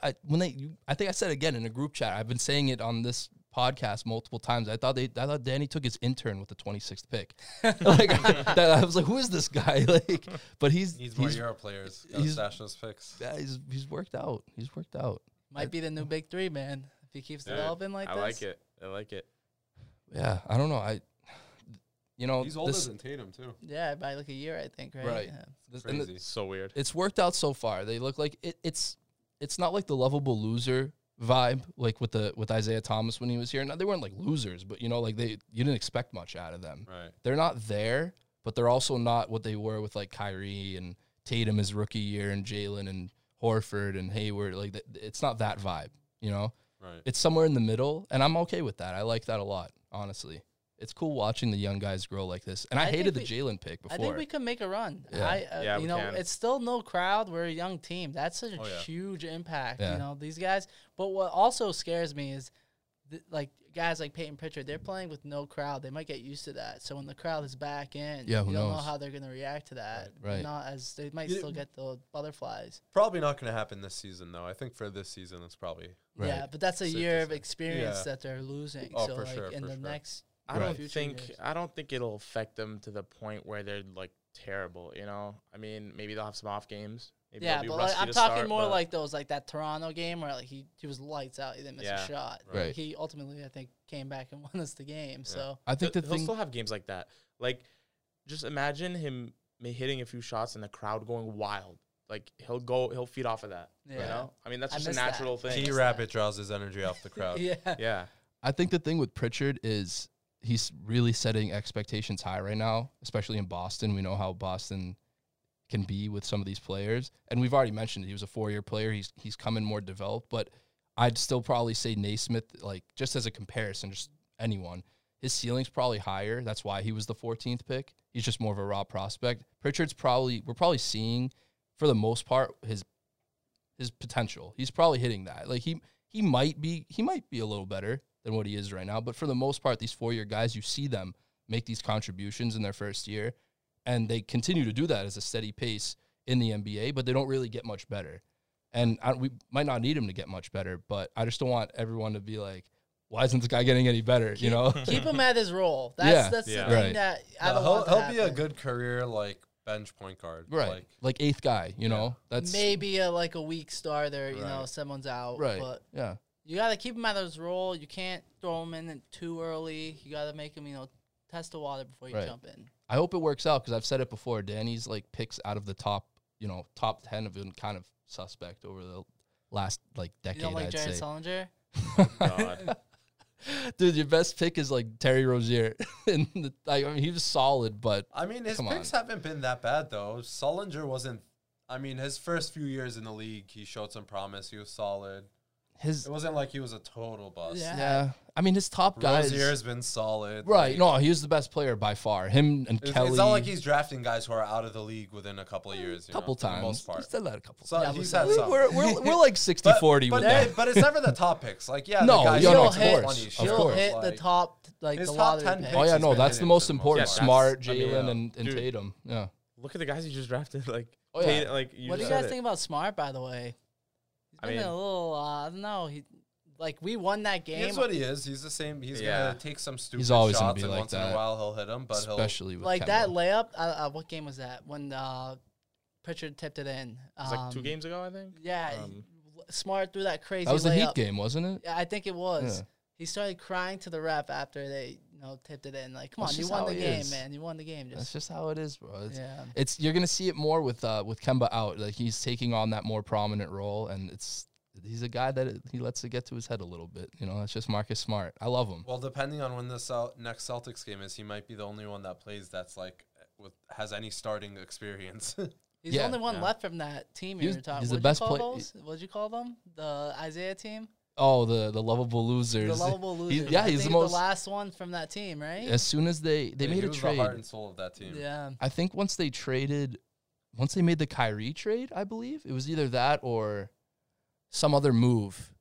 I, when they, you, I think I said again in a group chat. I've been saying it on this podcast multiple times. I thought they, I thought Danny took his intern with the 26th pick. like I, that, I was like, who is this guy? Like, but he's
Needs more
he's,
Euro players. Gotta
he's-
stash those picks.
yeah, he's he's worked out. He's worked out.
might be the new big three, man. If he keeps
Dude,
developing like
I like
this,
it. I like it.
Yeah, I don't know. I, you know,
He's older
this-
than Tatum too.
Yeah, by like a year, I think. Right.
Right.
Yeah.
this- and the-
Crazy.
So weird.
it's worked out so far. They look like it, it's it's not like the lovable loser vibe like with the with Isaiah Thomas when he was here. Now they weren't like losers, but you know like they you didn't expect much out of them.
Right.
They're not there, but they're also not what they were with like Kyrie and Tatum his rookie year and Jalen and Horford and Hayward. Like th- it's not that vibe, you know.
Right.
It's somewhere in the middle, and I'm okay with that. I like that a lot, honestly. It's cool watching the young guys grow like this. And I,
I think
hated the
we-
Jalen pick before.
I think we could make a run.
Yeah.
I, uh,
Yeah,
you
we
know,
can.
it's still no crowd. We're a young team. That's a
Oh, yeah.
huge impact.
Yeah.
You know, these guys. But what also scares me is, th- like guys like Peyton Pritchard, they're playing with no crowd. They might get used to that. So when the crowd is back in,
Yeah, who
you don't know
knows?
how they're going to react to that.
Right.
Not as they might
Yeah.
still get the butterflies.
Probably not going to happen this season though. I think for this season, it's probably
Right.
Yeah, but that's a
Safe to
year of
say.
experience
Yeah.
that they're losing.
Oh,
so
for
like
sure,
in
for
the
sure.
next,
I don't
Future
think
years.
I don't think it'll affect them to the point where they're like terrible. You know, I mean, maybe they'll have some off games. Maybe
yeah,
they'll be
but like,
rusty
I'm
to
talking
start,
more
but-
like those like that Toronto game where like he he was lights out. He didn't miss
Yeah.
a shot.
Right.
He ultimately I think came back and won us the game. So.
I think
Th-
the
he'll
thing
still have games like that. Like, just imagine him ma- hitting a few shots and the crowd going wild. Like he'll go, he'll feed off of that. You
Yeah.
know, I mean that's
I
just a
miss that.
natural
I
thing.
G
guess
Rabbit draws his energy off the crowd.
Yeah.
Yeah,
I think the thing with Pritchard is he's really setting expectations high right now, especially in Boston. We know how Boston can be with some of these players, and we've already mentioned he was a four-year player. He's he's coming more developed, but I'd still probably say Naismith, like just as a comparison, just anyone. His ceiling's probably higher. That's why he was the 14th pick. He's just more of a raw prospect. Pritchard's probably we're probably seeing, for the most part, his his potential. He's probably hitting that. Like he he might be he might be a little better than what he is right now. But for the most part, these four year guys, you see them make these contributions in their first year, and they continue to do that as a steady pace in the NBA. But they don't really get much better, and I, we might not need him to get much better. But I just don't want everyone to be like, why isn't this guy getting any better? You know,
Keep him at his role. That's
Yeah.
that's
Yeah.
the thing
Right.
that I
No,
don't
he'll
want to
he'll be a
happen.
good career like bench point guard.
right? Like,
Like,
eighth guy. You know, that's
maybe a like a weak starter. You know,
Right.
someone's out.
right.
But
yeah,
you got to keep him at his role. You can't throw him in too early. You got to make him you know test the water before you
Right.
jump in.
I hope it works out because I've said it before. Danny's like picks out of the top, you know, top ten have been kind of suspect over the last like decade.
You don't like
I'd
Jared
say.
Sullinger?
Oh,
God.
Dude, your best pick is like Terry Rozier, and the, I mean he was solid, but
I mean, his
Come
picks haven't been that bad though. Sullinger wasn't. I mean, his first few years in the league, he showed some promise. He was solid.
his
It wasn't like he was a total bust.
Yeah.
yeah, I mean his top guys,
Rozier's been solid.
right?
like-
No, he was the best player by far. Him and
It's,
Kelly,
it's not like he's drafting guys who are out of the league within a couple of
a
years. You
couple
know, for the
times.
most part.
He's done that a couple.
So
times.
Yeah,
he's
but
had some.
We're, we're, we're like 60
But-
40
but,
with
they-
that.
but it's never the top picks. Like yeah,
No,
the guys
yeah,
in
no,
the
of
top
course,
20s,
of
shit,
He'll
course.
hit the
like-
top like
his
the
top
lottery
10
picks.
oh yeah,
he's
no,
been
that's the
hitting
most
for the most
important.
part. Yeah,
Smart,
that's- I mean,
Jalen,
yeah.
and, and
Dude.
Tatum. Yeah,
look at the guys you just drafted. Like,
Oh, yeah.
Tate- like you
what do you
just
guys
said it.
think about Smart? By the way, he's
I
been
mean-
a little. Uh, I don't know. He like we won that game.
Here's what he is. He's the same. He's
Yeah.
gonna take some stupid
always gonna
shots,
be
and
like
once in
that.
a while he'll hit them. But
especially with
like
Kemba.
that layup. Uh, uh, what game was that? When uh, Pritchard tipped it in.
It was like two
Um,
games ago, I think.
Yeah,
Um,
Smart threw that crazy.
That was the
layup.
Heat game, wasn't it?
Yeah, I think it was.
Yeah.
He started crying to the ref after they you know tipped it in. Like, come
That's
on, you
just
won
how
the
he
game,
is.
man. You won the game.
That's
Just
just how it is, bro. It's,
yeah.
it's you're gonna see it more with uh, with Kemba out. Like he's taking on that more prominent role, and it's he's a guy that it, he lets it get to his head a little bit. You know, that's just Marcus Smart. I love him.
Well, depending on when the Cel- next Celtics game is, he might be the only one that plays that's like with has any starting experience.
He's
yeah,
the only one
yeah.
left from that team
He
you
was-
were talking.
he's the
What'd
best
you call
play-
those? What'd you call them? The Isaiah team,
Oh, the the lovable losers.
the lovable
He-
losers.
yeah,
I
he's the
think
most.
last one from that team, right?
as soon as they they
Yeah,
made
he
a
was the heart
trade,
and soul of that team.
Yeah.
I think once they traded, once they made the Kyrie trade, I believe it was either that or some other move.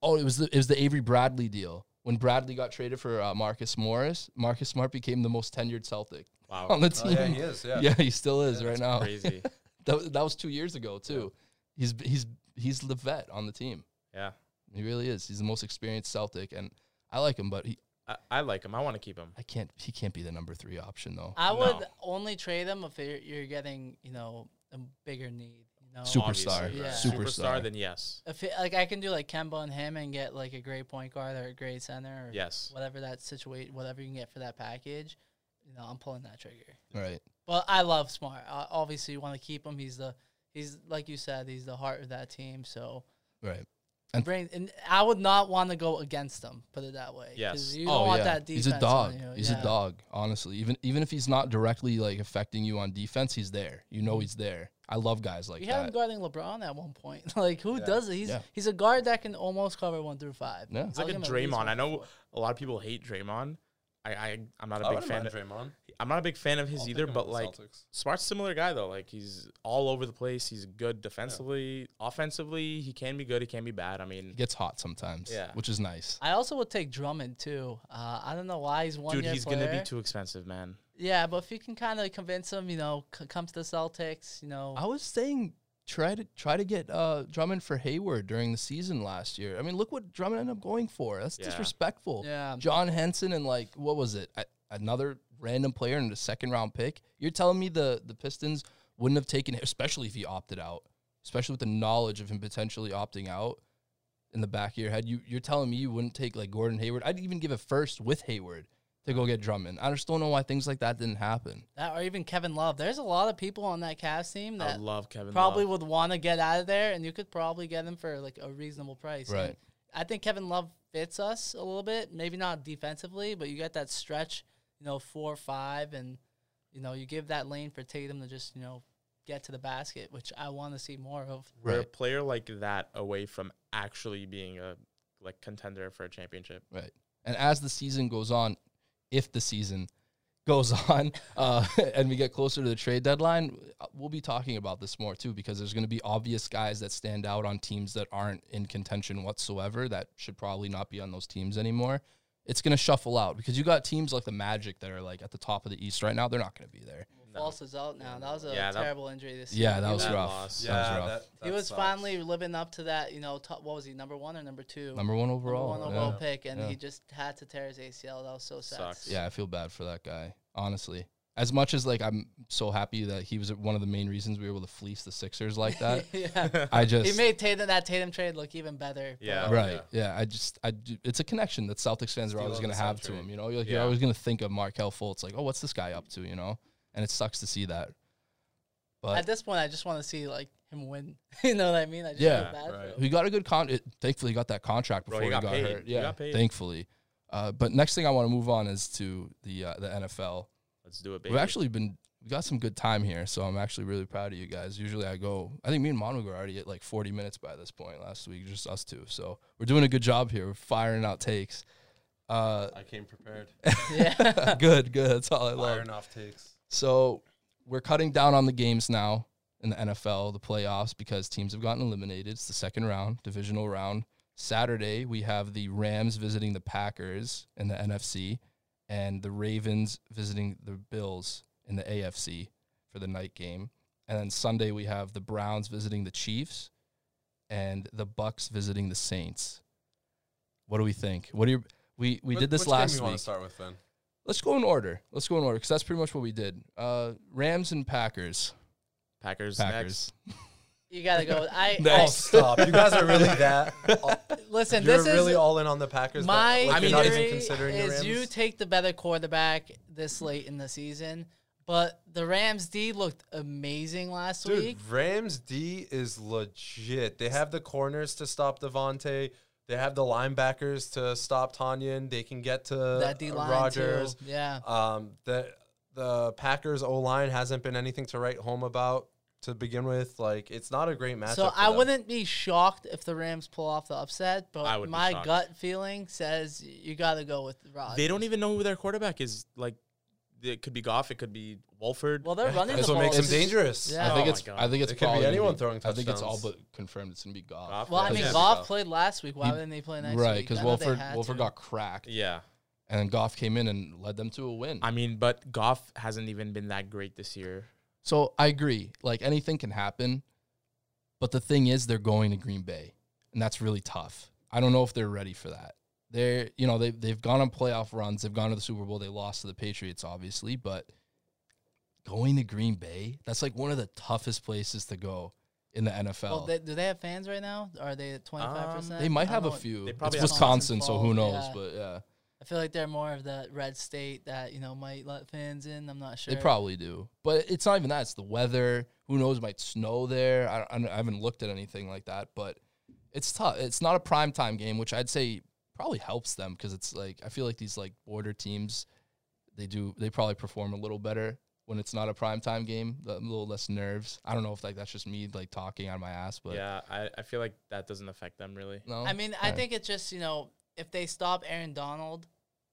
Oh, it was the it was the Avery Bradley deal when Bradley got traded for uh, Marcus Morris. Marcus Smart became the most tenured Celtic.
Wow.
on the
Oh,
team.
yeah, he is. Yeah.
Yeah, he still is
Yeah,
right
that's
now.
Crazy.
That, was- that was two years ago too. He's he's he's the vet on the team.
Yeah.
He really is. He's the most experienced Celtic, and I like him, but he
I, I like him. I want to keep him.
I can't he can't be the number three option though.
I
No.
would only trade him if you're, you're getting, you know, a bigger need. You know,
Superstar,
Obviously,
Yeah.
superstar.
Then yes.
if it, like I can do like Kemba and him and get like a great point guard or a great center or
Yes.
whatever that situation, whatever you can get for that package, you know, I'm pulling that trigger.
Right.
But I love Smart. Uh, obviously, you want to keep him. He's the he's like you said, he's the heart of that team. So
Right. And-
bring and I would not want to go against him. Put it that way. 'cause
Yes.
You don't want that defense.
Oh, he's a dog.
on you,
He's
yeah.
a dog. Honestly, even even if he's not directly like affecting you on defense, he's there. You know he's there. I love guys like
we had Mm-hmm. him
that.
guarding LeBron at one point. like who
Yeah.
does it? He's
Yeah.
he's a guard that can almost cover one through five.
Yeah. It's
It's like
I'll
a
give him at least
Draymond. I
one
know
four.
a lot of people hate Draymond. I, I I'm not a
I
big
wouldn't
fan.
mind
Of,
Draymond.
I'm not a big fan of his
I'll take
either.
him
But
with
like
Celtics.
Smart's similar guy though. Like he's all over the place. He's good defensively, offensively. He can be good. He can be bad. I
He
mean,
gets hot sometimes,
Yeah.
which is nice.
I also would take Drummond too. Uh, I don't know why he's one
dude,
year
he's
player.
gonna be too expensive, man.
Yeah, but if you can kind of convince him, you know, c- come to the Celtics, you know,
I was saying try to try to get uh, Drummond for Hayward during the season last year. I mean, look what Drummond ended up going for. That's
Yeah.
disrespectful.
yeah,
John Henson and like what was it? A- another random player in a second round pick. You're telling me the the Pistons wouldn't have taken it, especially if he opted out, especially with the knowledge of him potentially opting out in the back of your head. You you're telling me you wouldn't take like Gordon Hayward. I'd even give a first with Hayward to go get Drummond. I just don't know why things like that didn't happen.
that or even Kevin Love. There's a lot of people on that Cavs team
I
that
love Kevin.
probably
Love.
would want to get out of there, and you could probably get him for like a reasonable price. And
Right.
I think Kevin Love fits us a little bit, maybe not defensively, but you get that stretch, you know, four five, and you know, you give that lane for Tatum to just you know get to the basket, which I want to see more of.
We're a
Right.
player like that away from actually being a like contender for a championship.
Right. And as the season goes on, if the season goes on uh, and we get closer to the trade deadline, uh, we'll be talking about this more too because there's going to be obvious guys that stand out on teams that aren't in contention whatsoever that should probably not be on those teams anymore. It's going to shuffle out because you got teams like the Magic that are like at the top of the East right now. They're not going to be there.
No.
False is out now. That was a
Yeah, that-
terrible injury this year.
Yeah, that was
That
rough.
loss.
That was
Yeah,
rough.
that,
he
that
was
sucks.
finally living up to that, you know, top, what was he, number one or number two?
Number one
Number
overall.
one
yeah.
overall pick, and
Yeah.
he just had to tear his ACL. That was so sad.
Sucks.
Yeah, I feel bad for that guy, honestly. As much as like I'm so happy that he was one of the main reasons we were able to fleece the Sixers like that.
yeah.
I just
He made Tatum that Tatum trade look even better.
Oh,
but-
Yeah.
right. Yeah. I just I do- it's a connection that Celtics fans are
Steal
always
of
going
the
to have to
century.
him. You know, you're, like, you're
Yeah.
always going to think of Markel Fultz like, oh, what's this guy up to? You know, and it sucks to see that.
At
But
this point, I just want to see like him win. you know what I mean? I just
Yeah.
feel bad
Right.
for him.
he got a good con. It, thankfully, he got that contract
Bro,
before
he
he,
got
got
paid.
hurt.
He
Yeah,
got paid.
thankfully. Uh, but next thing I want to move on is to the uh, the NFL.
Let's do it, baby.
We've actually been we got some good time here, so I'm actually really proud of you guys. Usually I go I think me and Mono were already at like forty minutes by this point last week, just us two. So we're doing a good job here. We're firing out takes. Uh
I came prepared.
Yeah.
good, good. That's all I love.
Firing off takes.
So we're cutting down on the games now in the NFL, the playoffs, because teams have gotten eliminated. It's the second round, divisional round. Saturday, we have the Rams visiting the Packers in the NFC and the Ravens visiting the Bills in the AFC for the night game. And then Sunday, we have the Browns visiting the Chiefs and the Bucks visiting the Saints. What do we think? What do you? We, we
Wh-
did this
which
last
game you
week.
want to start with then?
Let's go in order. Let's go in order because that's pretty much what we did. Uh, Rams and Packers.
Packers,
Packers.
you gotta go. I,
Next.
I
Oh, stop! You guys are really that.
listen.
You're
this is
really all in on the Packers. that,
my
like,
I mean,
you're not
theory
even considering the
is
Rams.
you take the better quarterback this late in the season. But the Rams D looked amazing last
Dude,
week.
Rams D is legit. They have the corners to stop Devontae. They have the linebackers to stop Tanyan. They can get to
That D line
Rogers.
too. Yeah.
Um, the the Packers O line hasn't been anything to write home about to begin with. Like it's not a great matchup.
So
for
I
them.
wouldn't be shocked if the Rams pull off the upset,
I
but
would be
my
shocked.
gut feeling says you got to go with Rodgers.
They don't even know who their quarterback is. Like, it could be Goff. It could be Wolford.
Well, they're running
That's
the
what
ball.
makes them
It's-
dangerous.
Yeah.
I think
Oh
it's.
my God.
I think it's.
It could be
probably gonna
anyone throwing
I think it's all but
touchdowns.
confirmed. It's gonna be Goff.
Goff,
Well, I
Yeah.
mean,
Yeah.
Goff played last week. Why wouldn't they play next
right,
week?
because
I know they
Wolford
had
Wolford
to.
got cracked.
Yeah.
and then Goff came in and led them to a win.
I mean, but Goff hasn't even been that great this year.
So I agree. Like anything can happen, but the thing is, they're going to Green Bay, and that's really tough. I don't know if they're ready for that. They're, you know, they they've gone on playoff runs. They've gone to the Super Bowl. They lost to the Patriots, obviously, but going to Green Bay, that's like one of the toughest places to go in the NFL.
Well, they, do they have fans right now? Are they at twenty five percent?
they might have a few.
They
it's
probably have
Wisconsin, so who
Wisconsin
knows?
involved,
But yeah,
I feel like they're more of that red state that you know might let fans in. I'm not sure.
they probably do. But it's not even that. It's the weather. Who knows? It might snow there. I, I, I haven't looked at anything like that. But it's tough. It's not a prime time game, which I'd say probably helps them because it's like I feel like these like border teams, they do they probably perform a little better when it's not a prime time game. A little less nerves. I don't know if like that's just me like talking out of my ass, but
yeah, I, I feel like that doesn't affect them really.
no.
I mean, I
Alright.
think it's just you know if they stop Aaron Donald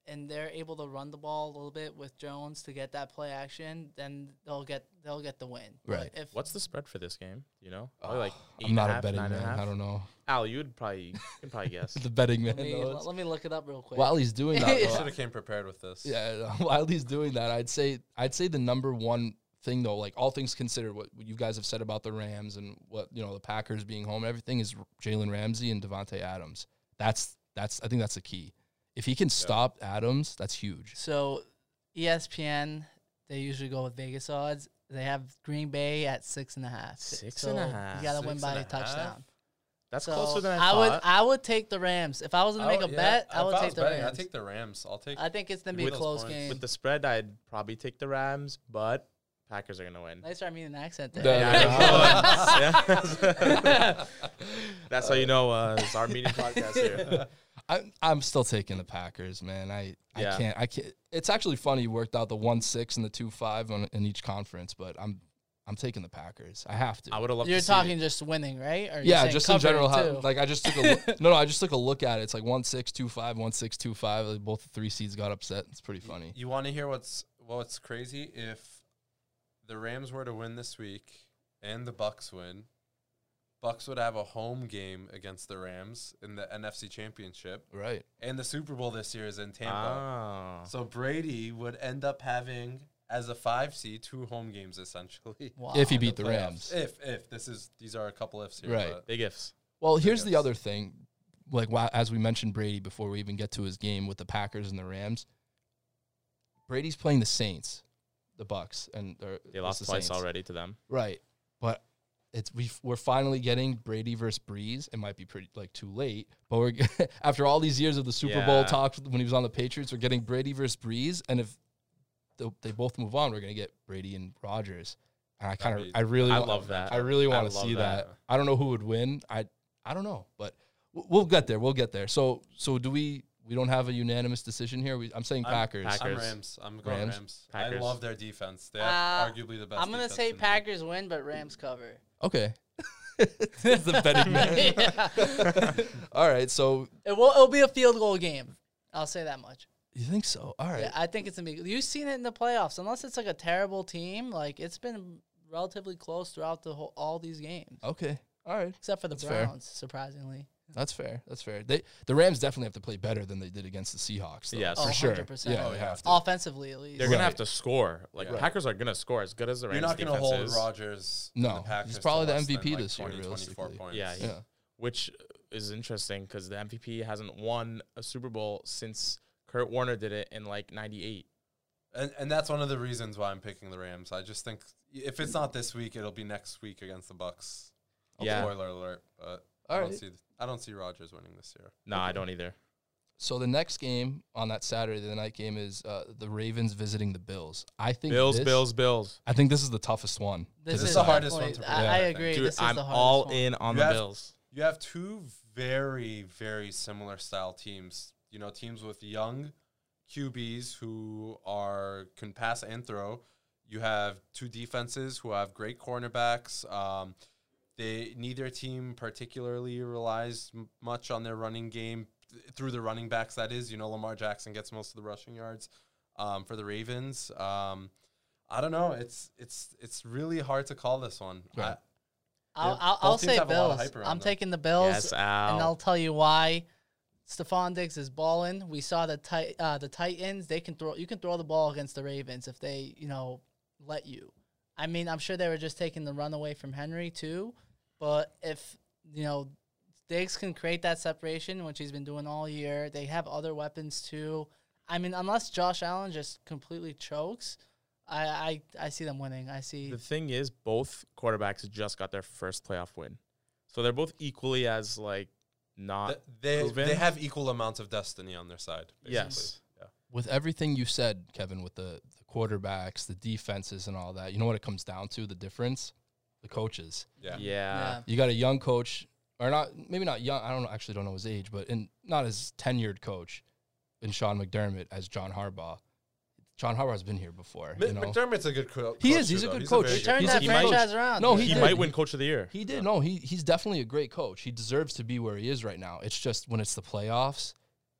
and they're able to run the ball a little bit with Jones to get that play action, then they'll get they'll get the win. But
Right.
If
What's the spread for this game? You know, probably like eight
I'm not a,
and a half,
betting
nine and a
man.
half.
I don't know
Al, you would probably you can probably guess.
the betting man.
let me,
though.
let, me look it up real quick.
While he's doing that,
I
though,
should have came prepared with this.
Yeah, while he's doing that, I'd say I'd say the number one thing though, like all things considered, what you guys have said about the Rams and what you know the Packers being home, everything is Jalen Ramsey and Devontae Adams. That's that's I think that's the key. If he can stop Adams, that's huge.
So E ESPN, they usually go with Vegas odds. They have Green Bay at six and a half.
Six
so
and a half.
You got to
Six
win by
and
a,
a
touchdown.
half?
That's
So
closer than I,
I, would
thought.
I would take the Rams if I was gonna make a
yeah,
bet. I
if
would
was
take the
betting,
Rams.
I'd take the Rams. I'll take.
I think it's gonna be a
With those
close
points.
game.
With the spread, I'd probably take the Rams, but Packers are gonna win.
nice Armenian accent there.
Yeah,
Yeah. That's how you know uh, it's our meeting podcast here.
I'm I'm still taking the Packers, man. I I
Yeah.
can't I can't. It's actually funny you worked out the one six and the two five on in each conference, but I'm I'm taking the Packers. I have to.
I would have loved
You're
to see it.
talking just winning, right? Or you're
yeah,
saying
just in general,
covering,
how,
too?
like I just took a look, no, no, I just took a look at it. It's like one six two five, one six two five. Like both the three seeds got upset. It's pretty funny.
You want to hear what's what's crazy? If the Rams were to win this week and the Bucks win, Bucks would have a home game against the Rams in the NFC Championship,
Right?
and the Super Bowl this year is in Tampa.
Ah.
So Brady would end up having as a five seed two home games essentially.
wow.
if he
in
beat the
playoffs.
Rams,
If if this is these are a couple ifs here,
Right.
but-
Big ifs.
Well, here's the
guess.
other thing. Like wha- as we mentioned Brady before we even get to his game with the Packers and the Rams. Brady's playing the Saints, the Bucks, and or it's
They lost
the
twice
Saints.
already to them.
Right, but it's we we're finally getting Brady versus Breeze. It might be pretty like too late, but we're g- after all these years of the Super Bowl
Yeah.
talks when he was on the Patriots, we're getting Brady versus Breeze, and if th- they both move on, we're gonna get Brady and Rogers. And I kind of
be-
I really
I
wa-
love that.
I really
I
want to
love
see that.
that.
I don't know who would win. I I don't know, but w- we'll get there. We'll get there. So so do we? We don't have a unanimous decision here. We, I'm saying
I'm-
Packers.
Packers.
I'm Rams. I'm going
Rams.
Rams. I
Packers.
love their defense. They
Uh,
have arguably the best.
I'm gonna
defense
say
in the
Packers win, but Rams cover.
Okay. the betting man.
Yeah.
All right. So
It will. It'll be a field goal game. I'll say that much.
you think so? All right.
Yeah, I think it's gonna be. You've seen it in the playoffs, unless it's like a terrible team. Like it's been relatively close throughout the whole all these games,
Oh,
Okay. All right.
except for the
fair.
Browns, surprisingly.
That's fair. That's fair. They the Rams definitely have to play better than they did against the Seahawks. Though,
Yes.
for
Oh,
sure.
100%.
Yeah,
Oh,
they
yeah.
have to.
Offensively, at least.
They're
Right.
gonna have to score. Like
Yeah.
Packers are gonna score as good as the Rams.
You're not
defense
gonna hold
is,
Rodgers. and
No,
the
he's
Packers to
probably the
less than,
MVP
like,
this year,
20, 24
realistically.
points.
Yeah,
Yeah.
which is interesting because the MVP hasn't won a Super Bowl since Kurt Warner did it in like '98.
and and that's one of the reasons why I'm picking the Rams. I just think if it's not this week, it'll be next week against the Bucks.
Yeah.
Spoiler alert. But
All
I don't
right.
see I don't see Rodgers winning this year.
No, I don't either.
So the next game on that Saturday, the night game is uh, the Ravens visiting the Bills. I think
Bills,
this-
Bills, Bills.
I think this is the toughest one.
This is the hardest one
definitely-
to
I,
predict,
I
I think.
agree.
Dude,
this is
I'm
the hardest
all
one.
in on
You
the
have-
Bills.
You have two very very similar style teams. You know, teams with young QBs who are can pass and throw. You have two defenses who have great cornerbacks. Um, they neither team particularly relies m- much on their running game th- through the running backs. That is, you know, Lamar Jackson gets most of the rushing yards um, for the Ravens. Um, I don't know. It's it's it's really hard to call this one.
Right.
I'll,
Yeah,
I'll,
both
I'll
teams
say
have a lot of
Bills.
hype around
I'm
them.
taking the Bills,
yes,
and I'll
Al.
tell you why. Stephon Diggs is balling. We saw the tit- uh, the Titans. They can throw. You can throw the ball against the Ravens if they, you know, let you. I mean, I'm sure they were just taking the run away from Henry too, but if you know, Diggs can create that separation, which he's been doing all year. They have other weapons too. I mean, unless Josh Allen just completely chokes, I I, I see them winning. I see.
The thing is, both quarterbacks just got their first playoff win, so they're both equally as like not.
Th- they,
proven.
they have equal amounts of destiny on their side. Basically.
Yes.
Yeah.
with everything you said, Kevin, with the, the quarterbacks, the defenses, and all that, you know what it comes down to? The difference? The coaches.
Yeah.
yeah.
Yeah.
You got a young coach, or not, maybe not young, I don't know, actually don't know his age, but in, not as tenured coach in Sean McDermott as John Harbaugh. John Harbaugh's been here before.
Mi-
you know?
McDermott's a good co- coach.
He is, he's
too,
a
though.
good
He's
coach.
very
He turned
He's-
that
he might-
franchise around.
No,
He
did.
might win Coach of the Year.
He did. No, he he's definitely a great coach. He deserves to be where he is right now. It's just when it's the playoffs,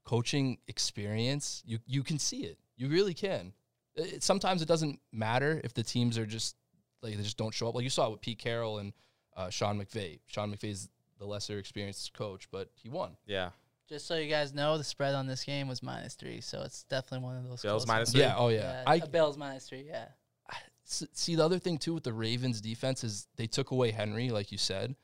coaching experience, you you can see it. You really can. It, it- sometimes it doesn't matter if the teams are just like they just don't show up. Like you saw with Pete Carroll and uh, Sean McVay. Sean McVay's the lesser experienced coach, but he won.
Yeah.
Just so you guys know, the spread on this game was minus three, so it's definitely one of those.
Bills
close
minus
ones.
three?
Yeah. Oh yeah.
I,
I
Bills minus three. Yeah.
s- see the other thing too with the Ravens defense is they took away Henry, like you said,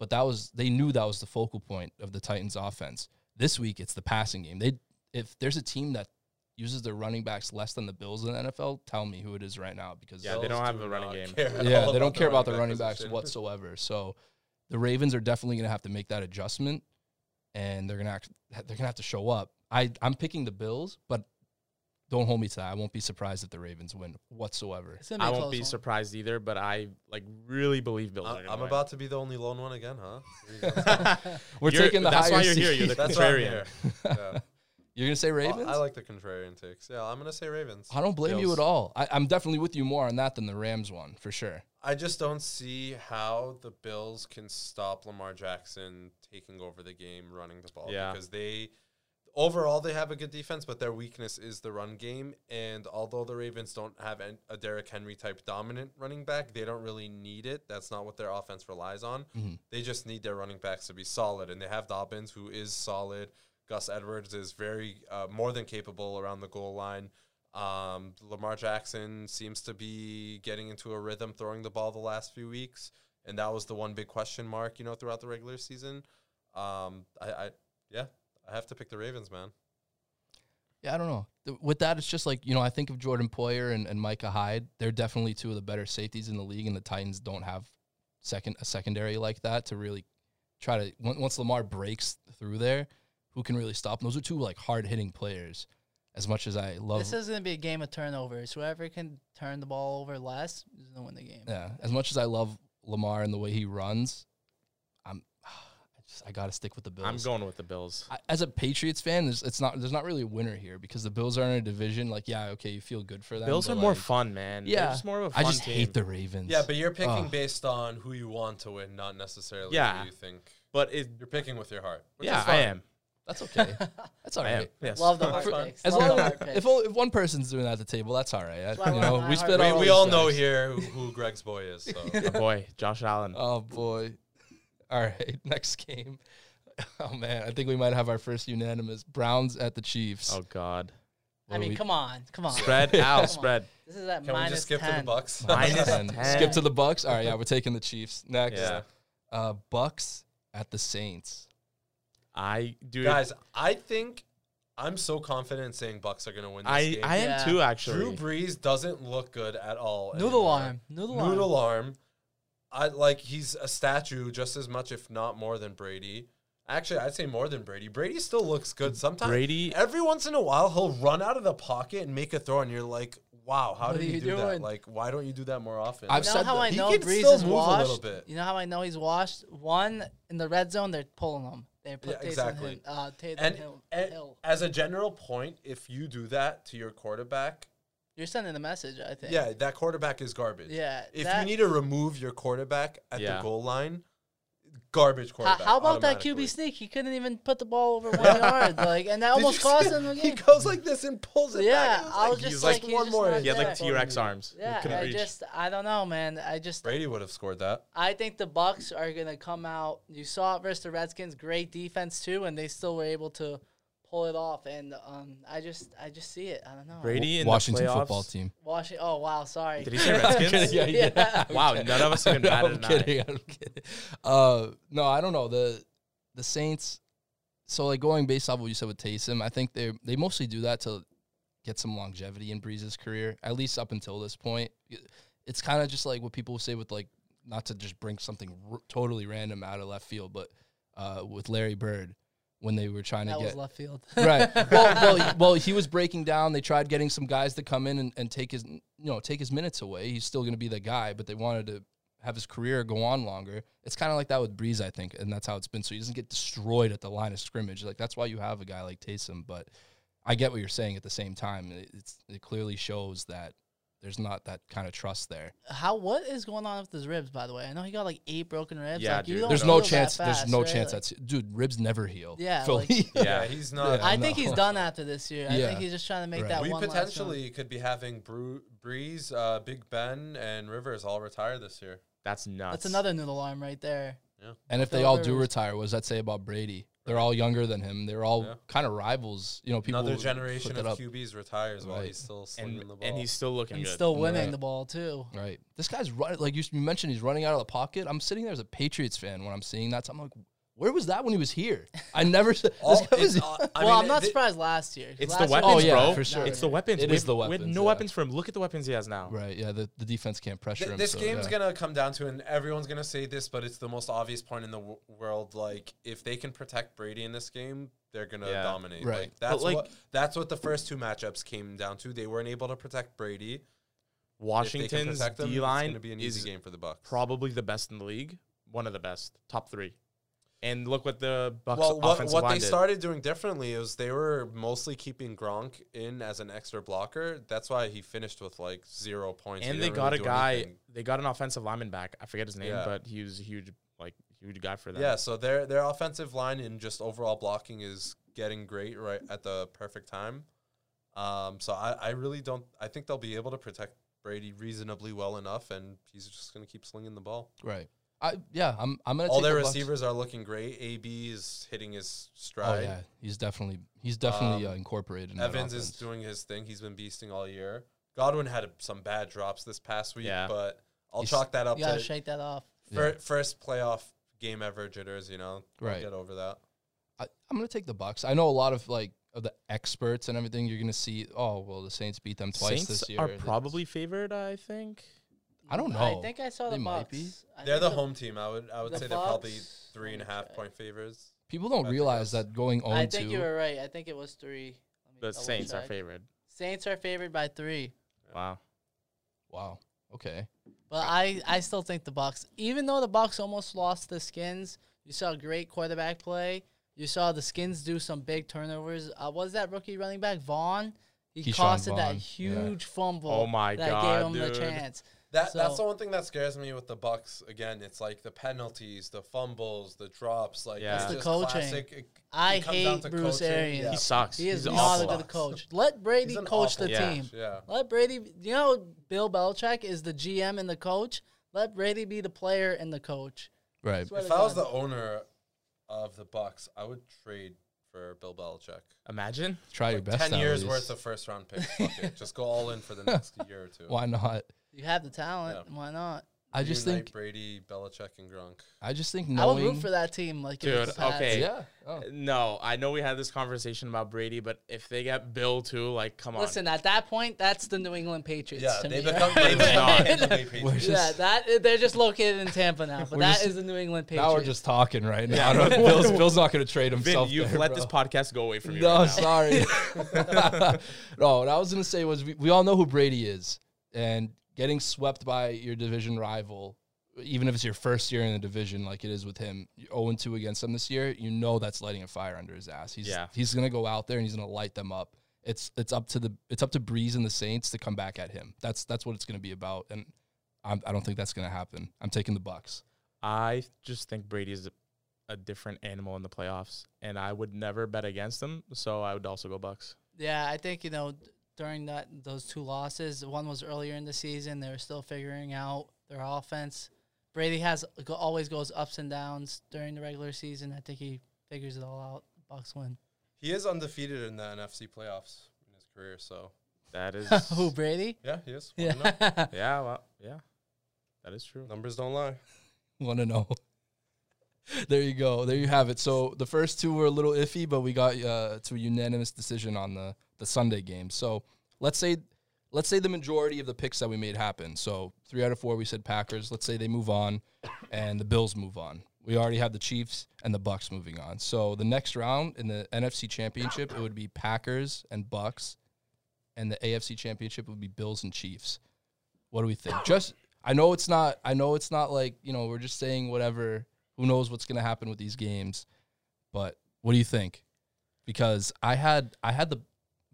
but that was they knew that was the focal point of the Titans offense. This week it's the passing game. They if there's a team that uses their running backs less than the Bills in the NFL, tell me who it is right now because
Yeah, they don't
Bills
have
do
a running
not
game.
care at all
yeah, they don't care about the
back
running backs
position.
whatsoever. So the Ravens are definitely going to have to make that adjustment, and they're going to act. They're going to have to show up. I I'm picking the Bills, but don't hold me to that. I won't be surprised if the Ravens win whatsoever.
It's gonna
I
a
won't
close
be
one.
surprised either, but I like really believe Bills.
I-
are gonna
I'm
win.
about to be the only lone one again, huh?
We're
You're-
taking the
that's
higher
why you're here.
seed.
You're the
That's why I'm
contrarian.
here. Yeah.
You're gonna say Ravens?
I like the contrarian takes. Yeah, I'm gonna say Ravens.
I don't blame you
Bills.
at all. I, I'm definitely with you more on that than the Rams one for sure.
I just don't see how the Bills can stop Lamar Jackson taking over the game, running the ball.
Yeah.
Because they overall they have a good defense, but their weakness is the run game. And although the Ravens don't have an, a Derrick Henry type dominant running back, they don't really need it. That's not what their offense relies on. They just need their running backs to be solid, and they have Dobbins, who is solid. Gus Edwards is very uh, more than capable around the goal line. Um, Lamar Jackson seems to be getting into a rhythm throwing the ball the last few weeks, and that was the one big question mark, you know, throughout the regular season. Um, I, I yeah, I have to pick the Ravens, man.
Yeah, I don't know. Th- With that, it's just like you know, I think of Jordan Poyer and, and Micah Hyde. They're definitely two of the better safeties in the league, and the Titans don't have second a secondary like that to really try to. on- Once Lamar breaks through there, who can really stop? 'em? Those are two like hard hitting players. As much as I love
This is gonna be a game of turnovers. Whoever can turn the ball over less is gonna win the game.
Yeah, as much as I love Lamar and the way he runs, I'm I just I gotta stick with the Bills.
I'm going with the Bills.
I- as a Patriots fan, there's it's not there's not really a winner here because the Bills are in a division. Like, yeah, okay, you feel good for them.
Bills
but,
are more
like,
fun, man. They're
Yeah,
just more of a
I
fun
just
team.
hate the Ravens.
Yeah, but you're picking
Ugh.
based on who you want to win, not necessarily
Yeah.
who you think.
but it,
You're picking with your heart. which
yeah,
is
I
fine.
am.
that's okay. That's all
I am.
right.
Yes.
Love the
That's
hard
fine.
picks.
As
Love
long
the
as
hard picks.
if, o- if one person's doing that at the table, that's all right. I-
why I
you
love
know,
my
we
heart.
spit
We-
out.
We, we
these
all know
guys.
here who, who Greg's boy is. So
My boy, Josh Allen.
Oh boy. All right, next game. Oh man, I think we might have our first unanimous Browns at the Chiefs.
Oh God.
What
I
do
mean,
we-
come on, come on.
Spread out.
Come on.
Spread.
This is at
can we
minus
just skip
10.
to the Bucks?
Minus
And
10.
Skip to the Bucks. All right, yeah, we're taking the Chiefs next.
Yeah.
Uh, Bucks at the Saints.
I do.
Guys, I think I'm so confident in saying Bucks are gonna win this
I
game.
I am
Yeah.
too actually.
Drew Brees doesn't look good at all.
Noodle
anymore.
arm. Noodle, arm.
Noodle arm. I like he's a statue just as much, if not more, than Brady. Actually, I'd say more than Brady. Brady still looks good sometimes.
Brady-
every once in a while, he'll run out of the pocket and make a throw, and you're like, "Wow, how
What
did
are
he
you
do that?
doing?
Like, why don't you do that more often?"
I've
You know
said
how
that.
I
He
know
can
Breeze
still
is
move a little
washed.
bit.
You know how I know he's washed. One in the red zone, they're pulling him. They put
Yeah,
Taysom
exactly.
Hill- uh, Taysom
and,
Hill,
and
Hill.
as a general point, if you do that to your quarterback,
You're sending a message, I think.
yeah, that quarterback is garbage.
Yeah.
If
that-
you need to remove your quarterback at
Yeah.
the goal line, garbage
How,
quarterback.
how about that
automatically.
QB sneak? He couldn't even put the ball over one yard, like, and that
Did you
almost cost
see-
him the
He
game.
goes like this and pulls it
Yeah,
back. It
I was just
he's
like, he's just not
He had like
Yeah.
T Rex arms. He
Yeah,
couldn't
I
reach.
just, I don't know, man. I just,
Brady would have scored that.
I think the Bucks are gonna come out. You saw it versus the Redskins, great defense too, and they still were able to pull it off. And um, I just, I just see it. I don't know.
Brady in
Washington
the playoffs.
football team.
Washington. Oh wow, sorry.
Did he say Redskins?
Yeah, yeah.
Yeah.
wow, none of us even
No,
batted
I'm
an eye.
kidding. I'm kidding. Uh, no, I don't know the the Saints. So like going based off what you said with Taysom, I think they they mostly do that to get some longevity in Breeze's career, at least up until this point. It's kind of just like what people say with like not to just bring something r- totally random out of left field, but uh, with Larry Bird when they were trying
That
to
was
get
left field.
right. Well, well, well, he was breaking down. They tried getting some guys to come in and, and take his, you know, take his minutes away. He's still going to be the guy, but they wanted to have his career go on longer. It's kind of like that with Breeze, I think, and that's how it's been. So he doesn't get destroyed at the line of scrimmage. Like that's why you have a guy like Taysom. But I get what you're saying. At the same time, it, it's it clearly shows that there's not that kind of trust there.
How what is going on with his ribs? By the way, I know he got like eight broken ribs.
Yeah,
like, you
dude.
don't
There's
heal
no
that
chance. There's
fast,
no
right?
chance.
Like,
That's dude. Ribs never heal.
Yeah,
Philly.
like-
Yeah, he's not.
Yeah.
I
no.
think he's done after this year. I
Yeah.
think he's just trying to make
Right.
that
we
one. last run.
potentially could be having Bru- Breeze, uh, Big Ben, and Rivers all retire this year.
That's nuts.
That's another noodle alarm right there.
And if they
Phil
all do
Rivers.
retire, what does that say about Brady? They're all younger than him. They're all
Yeah.
kind of rivals. You know, people
Another
put
generation
that
of
up.
QBs retires while
Right.
he's still slinging
and,
the ball.
and he's still looking
And
good.
still winning
Right.
the ball too.
Right. This guy's run, like you s- you mentioned. He's running out of the pocket. I'm sitting there as a Patriots fan when I'm seeing that. So I'm like, where was that when he was here? I never. s-
All-
this guy was-
it's, uh, I
well,
mean,
I'm not
thi-
surprised last year. 'cause
It's
last
the
year
weapons,
was
Oh, yeah,
bro.
for sure.
It's the weapons.
It
we
is
have-
the
We have
weapons,
no
yeah.
weapons for him. Look at the weapons he has now.
right. Yeah. The, the defense can't pressure
uh, Th-
him.
this
so,
game's
yeah.
gonna come down to, and everyone's gonna say this, but it's the most obvious point in the w- world. Like, if they can protect Brady in this game, they're gonna
Yeah.
dominate.
Right.
Like, that's
like-
what that's what the first two matchups came down to. They weren't able to protect Brady. if they can
Washington's
protect him,
D
it's
line
gonna be an
is
easy game for the Bucks.
probably the best in the league. One of the best, top three. And look what the Bucks
Well, what,
offensive
what
line
they
did.
started doing differently is they were mostly keeping Gronk in as an extra blocker. That's why he finished with like zero points. He
and they
didn't
got
really
a
do
guy.
anything.
They got an offensive lineman back. I forget his name,
Yeah.
but he was a huge, like huge guy for them.
Yeah, so their their offensive line and just overall blocking is getting great right at the perfect time. Um, so I, I really don't I think they'll be able to protect Brady reasonably well enough, and he's just going to keep slinging the ball.
Right. I yeah. I'm. I'm gonna.
All
take
their
the Bucks.
receivers are looking great. AB is hitting his
Oh
stride.
yeah. He's definitely. He's definitely
Um,
uh, incorporated. In that
Evans is
offense.
doing his thing. He's been beasting all year. Godwin had a, some bad drops this past week,
Yeah.
but I'll
He's-
chalk that up
You gotta
to
shake that off.
fir- first playoff game ever jitters. You know, I'll
Right.
Get over that.
I, I'm gonna take the Bucks. I know a lot of like of the experts and everything. You're gonna see. Oh well, the Saints beat them twice
Saints
this year.
are
That's-
probably favored. I think.
I don't
I
know.
think I saw the
They might
Bucks.
be.
I
They're
think
the home team. I would I would
the
say they're probably
Bucks-
three and a
let me
half
check.
point favors.
People don't
I think
realize
that's-
that going
I
on two.
think you were right. I think it was three. Let me
The
double
Saints are
check.
favored.
Saints are favored by three,
Wow.
Wow. Okay.
but I I still think the Bucks. Even though the Bucks almost lost the Skins, you saw great quarterback play. You saw the Skins do some big turnovers. Uh, was that rookie running back Vaughn? He
Keyshawn
costed that
Vaughn, yeah.
huge fumble.
Oh my
that
God,
gave him
dude.
the chance.
That that's
So-
the one thing that scares me with the Bucks. Again, it's like the penalties, the fumbles, the drops. Like
Yeah.
it's
It's
the
just
coaching.
classic. e-, It-
I
it comes down
hate
to
Bruce
coaching.
Arians.
Yeah.
He sucks.
He is
He's
not a
awful.
good coach. Let Brady
He's an
coach
awful
the
coach.
team.
Yeah.
Let Brady, you know, Bill Belichick is the GM and the coach. Let Brady be the player and the coach.
Right.
Swear
If
to
I was
God.
the owner of the Bucks, I would trade for Bill Belichick.
Imagine.
Try your
Like
best.
Ten
at
years
least.
worth of first round picks. Fuck it. Just go all in for the next year or two.
Why not?
you have the talent.
Yeah.
Why not?
I just
Reunite
think.
Brady, Belichick, and Gronk.
I just think
I would
knowing.
root for that team. Like, if it's
Dude,
the Pats.
okay.
Yeah. Oh.
No, I know we had this conversation about Brady, but if they get Bill too, like, come on.
Listen, at that point, that's the New England Patriots.
Yeah,
to
they
me.
become they become
Not.
Tampa Bay Patriots.
yeah,
Just-
that they're just located in Tampa now, but
We're
that is
just-
the New England Patriots.
Now we're just talking right now. I don't- Bill's, Bill's not going to trade
Vin,
himself.
you've
there,
let
bro.
this podcast go away from you.
No,
right now.
sorry. no, what I was going to say was we, we all know who Brady is, and getting swept by your division rival, even if it's your first year in the division, like it is with him, you're 0 2 against them this year, you know that's lighting a fire under his ass. He's
Yeah.
he's going to go out there and he's going to light them up. It's it's up to the it's up to Breeze and the Saints to come back at him. That's that's what it's going to be about, and I'm, I don't think that's going to happen. I'm taking the Bucks.
I just think Brady is a, a different animal in the playoffs, and I would never bet against him. So I would also go Bucks.
Yeah, I think you know d- during that those two losses, one was earlier in the season. They were still figuring out their offense. Brady has go- always goes ups and downs during the regular season. I think he figures it all out. Bucks win.
He is undefeated in the NFC playoffs in his career. So
That is
Oh,
Who Brady?
yeah, he is. Wanna know?
Yeah.
yeah, well, yeah, that is true.
Numbers don't lie.
Want to know? there you go. There you have it. So the first two were a little iffy, but we got uh, to a unanimous decision on the the Sunday game. So let's say let's say the majority of the picks that we made happen. So three out of four we said Packers. Let's say they move on, and the Bills move on. We already have the Chiefs and the Bucks moving on. So the next round in the NFC Championship, it would be Packers and Bucks, and the AFC Championship would be Bills and Chiefs. What do we think? Just I know it's not I know it's not like, you know, we're just saying whatever. Who knows what's going to happen with these games? But what do you think? Because I had I had the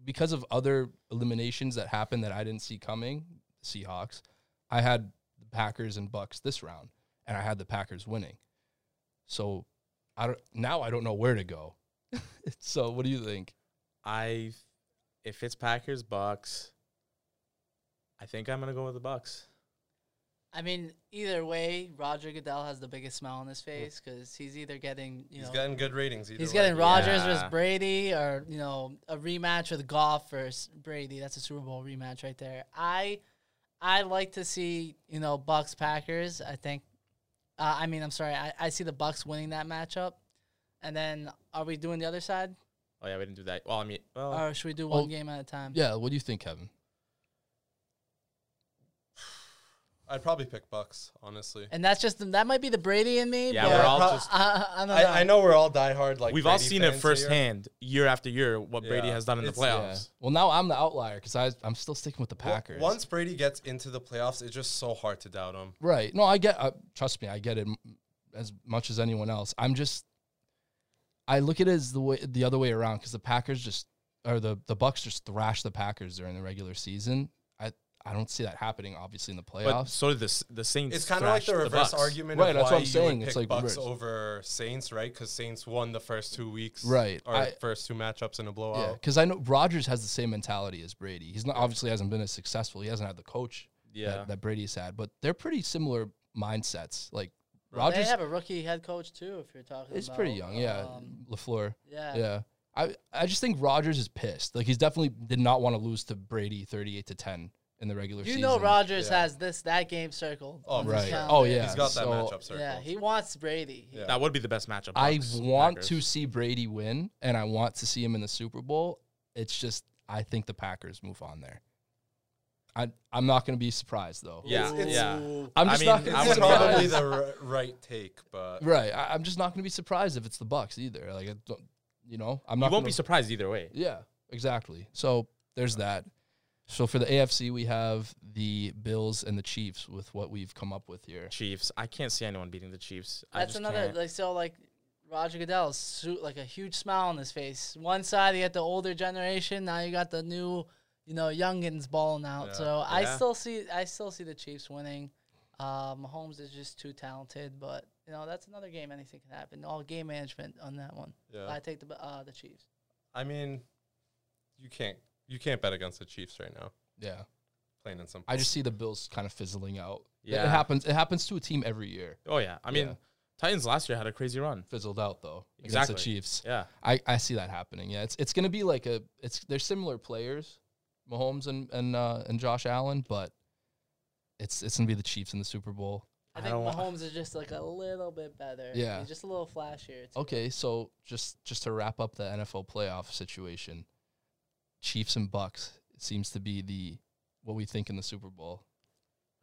because of other eliminations that happened that I didn't see coming, Seahawks, I had the Packers and Bucks this round and I had the Packers winning. So I don't now I don't know where to go. so what do you think?
I, if it's Packers Bucks, I think I'm gonna go with the Bucks.
I mean, either way, Roger Goodell has the biggest smile on his face because he's either getting you
He's
know
getting good ratings. either
he's
way.
getting Rogers versus
Yeah.
Brady, or you know, a rematch with Goff versus Brady. That's a Super Bowl rematch right there. I, I like to see you know Bucks Packers. I think, uh, I mean, I'm sorry, I, I see the Bucks winning that matchup. And then, are we doing the other side,
Oh yeah, we didn't do that. Well, I mean, well,
Uh,
or should we do one
Oh.
game at a time?
Yeah, what do you think, Kevin?
I'd probably pick Bucks, honestly.
And that's just that might be the Brady in me.
yeah,
but
we're all
pro-
just.
I, I don't know.
I, I know we're all diehard. Like
we've all
Brady
seen
fans
it
here.
firsthand, year after year, what Brady
Yeah,
has done in the
it's- yeah.
playoffs.
Well, now I'm the outlier cuz I I'm still sticking with the
Wo-
Packers.
Once Brady gets into the playoffs, it's just so hard to doubt him.
Right. No, I get. Uh, trust me, I get it m- as much as anyone else. I'm just, I look at it as the way the other way around because the Packers just or the the Bucks just thrashed the Packers during the regular season. I I don't see that happening. Obviously in the
But
playoffs.
so did the S- the Saints.
It's kind of like
thrashed
the reverse
Bucks.
argument,
Right,
Of
that's
why
what I'm
you
saying.
Would
It's like
pick Bucks
reverse.
over Saints, right? Because Saints won the first two weeks,
Right,
Or
I-
first two matchups in a
yeah,
blowout.
because I know Rodgers has the same mentality as Brady. He's not obviously hasn't been as successful. He hasn't had the coach
Yeah,
that, that Brady's had, but they're pretty similar mindsets. Like
they
Rodgers
have a rookie head coach too. If you're talking,
is
about,
pretty young. Yeah,
um,
Lafleur.
yeah,
Yeah. I, I just think Rogers is pissed. Like he's definitely did not want to lose to Brady thirty eight to ten in the regular
You
season.
know, Rogers
Yeah.
has this that game circled.
Oh,
on
for
his
right.
calendar.
Oh yeah.
He's got that
So,
matchup circle.
Yeah, he wants Brady. He-
Yeah.
that would be the best matchup.
I
Bucks,
want
Packers.
to see Brady win, and I want to see him in the Super Bowl. It's just I think the Packers move on there. I I'm not going to be surprised though.
Yeah,
It's- it's-
yeah.
I'm
I
just
mean,
not. Gonna
I
be
it's
wouldn't
probably
surprised.
the r- right take, but
right. I, I'm just not going to be surprised if it's the Bucks either. Like I don't, you know, I'm not.
You won't
gonna,
be surprised either way.
Yeah, exactly. So there's that. So for the AFC, we have the Bills and the Chiefs with what we've come up with here.
Chiefs. I can't see anyone beating the Chiefs. I
That's
just
another
can't.
like so like Roger Goodell's suit like a huge smile on his face. One side you got the older generation, now you got the new, you know, youngins balling out.
Yeah.
so I
Yeah.
still see I still see the Chiefs winning. Uh, Mahomes is just too talented, but you know that's another game. Anything can happen. All game management on that one.
yeah.
I take the uh, the Chiefs.
I mean, you can't you can't bet against the Chiefs right now.
Yeah,
Plain and simple.
I just see the Bills kind of fizzling out. Yeah, it
Yeah.
happens. It happens to a team every year.
Oh yeah. I mean,
Yeah.
Titans last year had a crazy run.
Fizzled out though
Exactly.
against the Chiefs.
Yeah.
I, I see that happening. Yeah, it's it's gonna be like a it's they're similar players, Mahomes and and uh, and Josh Allen, but it's it's gonna be the Chiefs in the Super Bowl.
I
I
think
don't wa-
Mahomes is just like a little bit better.
Yeah.
He's just a little
Oh,
flashier. too.
Okay, so just just to wrap up the NFL playoff situation, Chiefs and Bucks seems to be the what we think in the Super Bowl.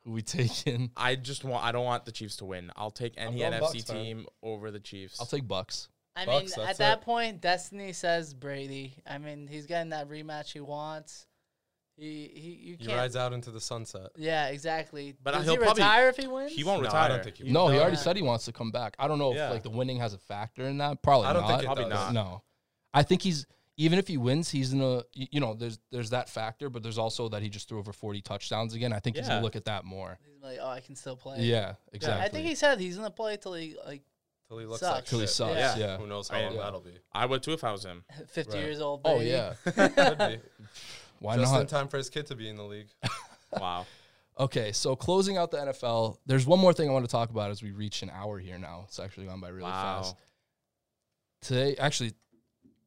Who we take in?
I just want. I don't want the Chiefs to win. I'll take any
going
NFC
Bucks, man.
team over the Chiefs.
I'll take Bucks.
I
Bucks,
mean, at
that's
that
it.
point, Destiny says Brady. I mean, he's getting that rematch he wants. He he you
he
can't.
rides out into the sunset.
yeah, exactly.
But
Does
he'll
he
probably-
retire if he wins?
he won't
No, I
retire.
don't think he
No, he already
Yeah.
said he wants to come back. I don't know
Yeah.
if like the winning has a factor in that. Probably
I don't
not.
think it
Probably
does.
not.
No, I think he's. even if he wins, he's in a y- you know there's there's that factor, but there's also that he just threw over 40 touchdowns again. I think he's
Yeah.
gonna look at that more.
He's like, oh, I can still play.
Yeah,
I
exactly.
think he said he's gonna play till he like
Till he looks
Sucks.
like
Till he
shit.
sucks, Yeah. yeah.
Who knows how
I-
long
yeah.
that'll be?
I would too if I was him.
50
Right.
years old.
oh
Baby.
yeah,
Could be.
why
Just in
not?
time for his kid to be in the league.
Wow.
Okay, so closing out the NFL, there's one more thing I want to talk about as we reach an hour here now. It's actually gone by really
wow.
fast. Today, actually,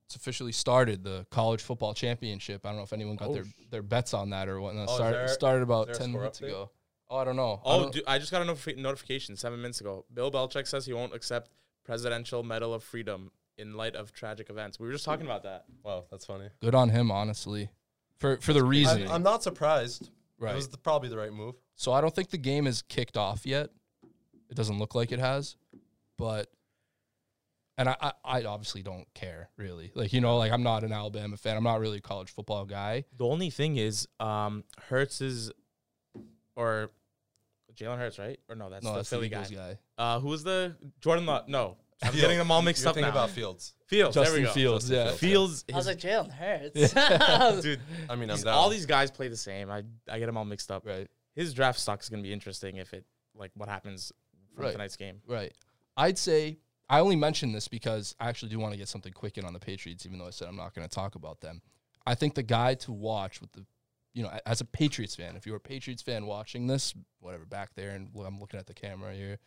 it's officially started the college football championship. I don't know if anyone got
Oh,
their,
sh-
their bets on that or whatnot.
Oh, is
Start,
there-
started
is
about
there a
10
score
minutes
update?
ago. Oh, I don't know. I
Oh,
don't-
dude, I just got a notifi- notification seven minutes ago. Bill Belichick says he won't accept Presidential Medal of Freedom in light of tragic events. We were just talking about that.
Wow, that's funny.
good on him, honestly, for, for the reasoning.
I'm, I'm not surprised. It
right.
was the, probably the right move.
So I don't think the game is kicked off yet. It doesn't look like it has, but and I, I, I obviously don't care really. Like you know, like I'm not an Alabama fan. I'm not really a college football guy.
The only thing is, um, Hurts is, or Jalen Hurts, right? Or no, that's
no,
the
that's
Philly
the
guy.
Eagles guy.
Uh, who was the Jordan Love? No, I'm
Fields.
getting them all mixed
You're
up
thinking
now.
about Fields.
Fields, Oh, there
Justin
we go.
Fields, yeah.
Fields,
I was
his-
like, Jalen Hurts. I was-
dude.
I mean, I'm
these-
down.
all these guys play the same. I I get them all mixed up.
Right,
His draft stock is gonna be interesting if it like what happens from
Right.
tonight's game.
right. I'd say I only mention this because I actually do want to get something quick in on the Patriots, even though I said I'm not going to talk about them. I think the guy to watch with the you know, a- as a Patriots fan, if you're a Patriots fan watching this, whatever, back there, and look, I'm looking at the camera here,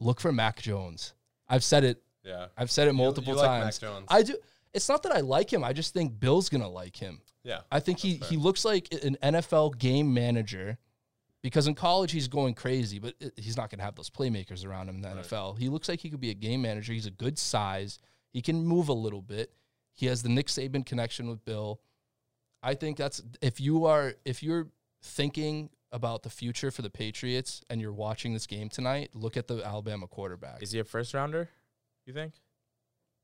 look for Mac Jones. I've said it
yeah.
I've said it
You-
multiple
you like Mac
times.
Jones.
I do. It's not that I like him. I just think Bill's gonna like him.
yeah.
I think he he looks like an NFL game manager because in college he's going crazy, but it- he's not gonna have those playmakers around him in the NFL. He looks like he could be a game manager. He's a good size. He can move a little bit. He has the Nick Saban connection with Bill. I think that's if you are if you're thinking about the future for the Patriots and you're watching this game tonight, look at the Alabama quarterback.
Is he a first rounder? You think?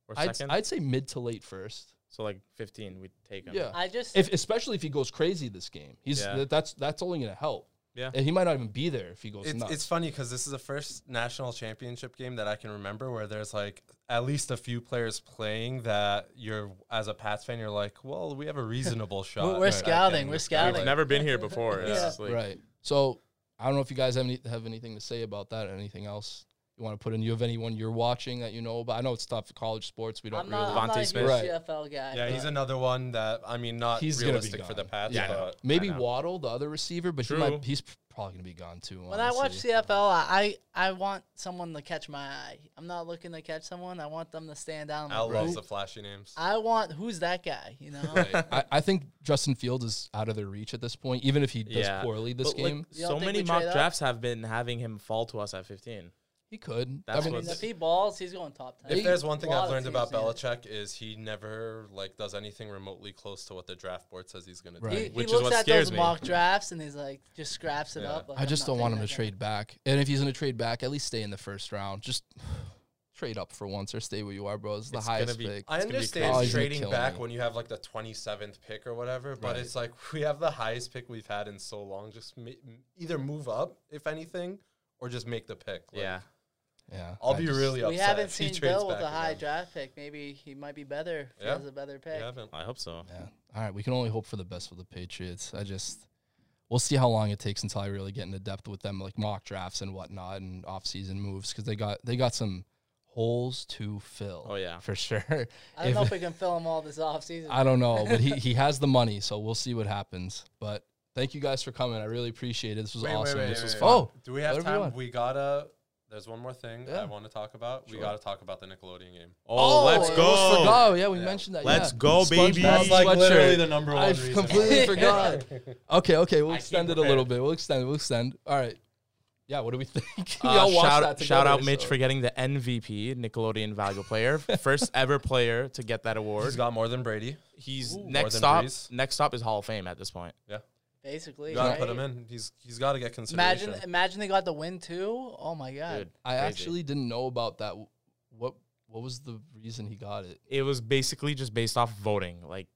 Or
I'd,
2nd
I'd say mid to late first.
so like 15, we'd take him.
Yeah.
I just
if especially if he goes crazy this game. He's
Yeah.
th- that's that's only going to help.
Yeah.
and he might not even be there if he goes
It's,
nuts.
it's funny because this is the first national championship game that I can remember where there's like at least a few players playing that you're as a Pats fan you're like, well, we have a reasonable shot. that
we're
I
scouting,
can-
we're
that I
scouting.
like."
I've never been here before. It's
Yeah.
just like-
right. So I don't know if you guys have any have anything to say about that. or Anything else you want to put in? You have anyone you're watching that you know about? I know it's tough. College sports, we don't
I'm
really.
not, I'm
Vontae
not a
Smith.
huge
Right.
CFL guy.
Yeah, he's another one that I mean, not
He's gonna be
realistic for the
gone.
Pats,
Yeah, I know.
but
Maybe
I know.
Waddle, the other receiver, but he
True.
might, he's probably going to be gone too.
When I watch
honestly.
CFL, I, I I want someone to catch my eye. I'm not looking to catch someone. I want them to stand out.
Al
I'm like,
loves
who-
the flashy names.
I want who's that guy? You know,
Right. I, I think Justin Fields is out of their reach at this point, even if he does
Yeah.
poorly this
But, like,
game.
You don't
so
think
many
we
mock
trade up?
drafts have been having him fall to us at 15.
he could.
That's
I mean,
I mean, if he balls, he's going top ten.
If
if there's one thing
A lot
I've
of
learned about
teams need
Belichick
it.
is he never like does anything remotely close to what the draft board says he's gonna
Right.
He,
do.
he
Which is
looks
what
at
scares
those
me.
mock drafts and he's like, just scraps it
Yeah.
up. Like,
I
I'm
just
not
don't want him
taking
to
that guy.
trade back. And if he's going to trade back, at least stay in the first round. Just trade up for once or stay where you are, bro. It's the
It's gonna
highest
be-
pick.
I
It's gonna be
understand
crazy. Oh, he's gonna
trading
kill
back
me.
when you have like the 27th pick or whatever, but
Right.
it's like we have the highest pick we've had in so long. Just ma- either move up if anything, or just make the pick. Like,
yeah.
yeah.
I'll
I
be
just-
really upset.
We haven't
if he
seen
trades
Bill with
back
a high
again.
draft pick. Maybe he might be better.
Yeah.
If He has a better
We
pick.
haven't.
I hope so.
Yeah. All right. We can only hope for the best for the Patriots. I just, we'll see how long it takes until I really get into depth with them, like mock drafts and whatnot and offseason moves, because they got, they got some holes to fill.
Oh, yeah.
For sure.
I don't know
If-
if we can fill him all this offseason.
I don't know, but he, he has the money, so we'll see what happens. But thank you guys for coming. I really appreciate it. This was awesome. this was fun. Oh,
do we have
whatever you
time?
want.
We gotta. There's one more thing
Yeah.
I want to talk about. We
Sure.
gotta talk about the Nickelodeon game.
Oh, let's
I
go.
almost forgot. Oh, Yeah, we
Yeah.
mentioned that.
Let's
yeah.
go, baby. That's, like,
sweatshirt.
number
I completely forgot. Okay, okay, we'll
I
extend
came
it a little
prepared.
bit. We'll extend. We'll extend. All right. Yeah. What do we think? We
Uh,
all watched
shout,
that
shout
together,
out Mitch
so-
for getting the MVP, Nickelodeon Value Player, first ever player to get that
He's
award.
got more than Brady.
He's
Ooh. More
next
than
stop.
Brees.
Next stop is Hall of Fame at this point.
Basically,
You gotta
right?
put him in. He's he's gotta get consideration.
Imagine, imagine they got the win too. Oh my god.
Dude,
I
crazy.
actually didn't know about that. What What was the reason he got it?
it was basically just based off voting, like,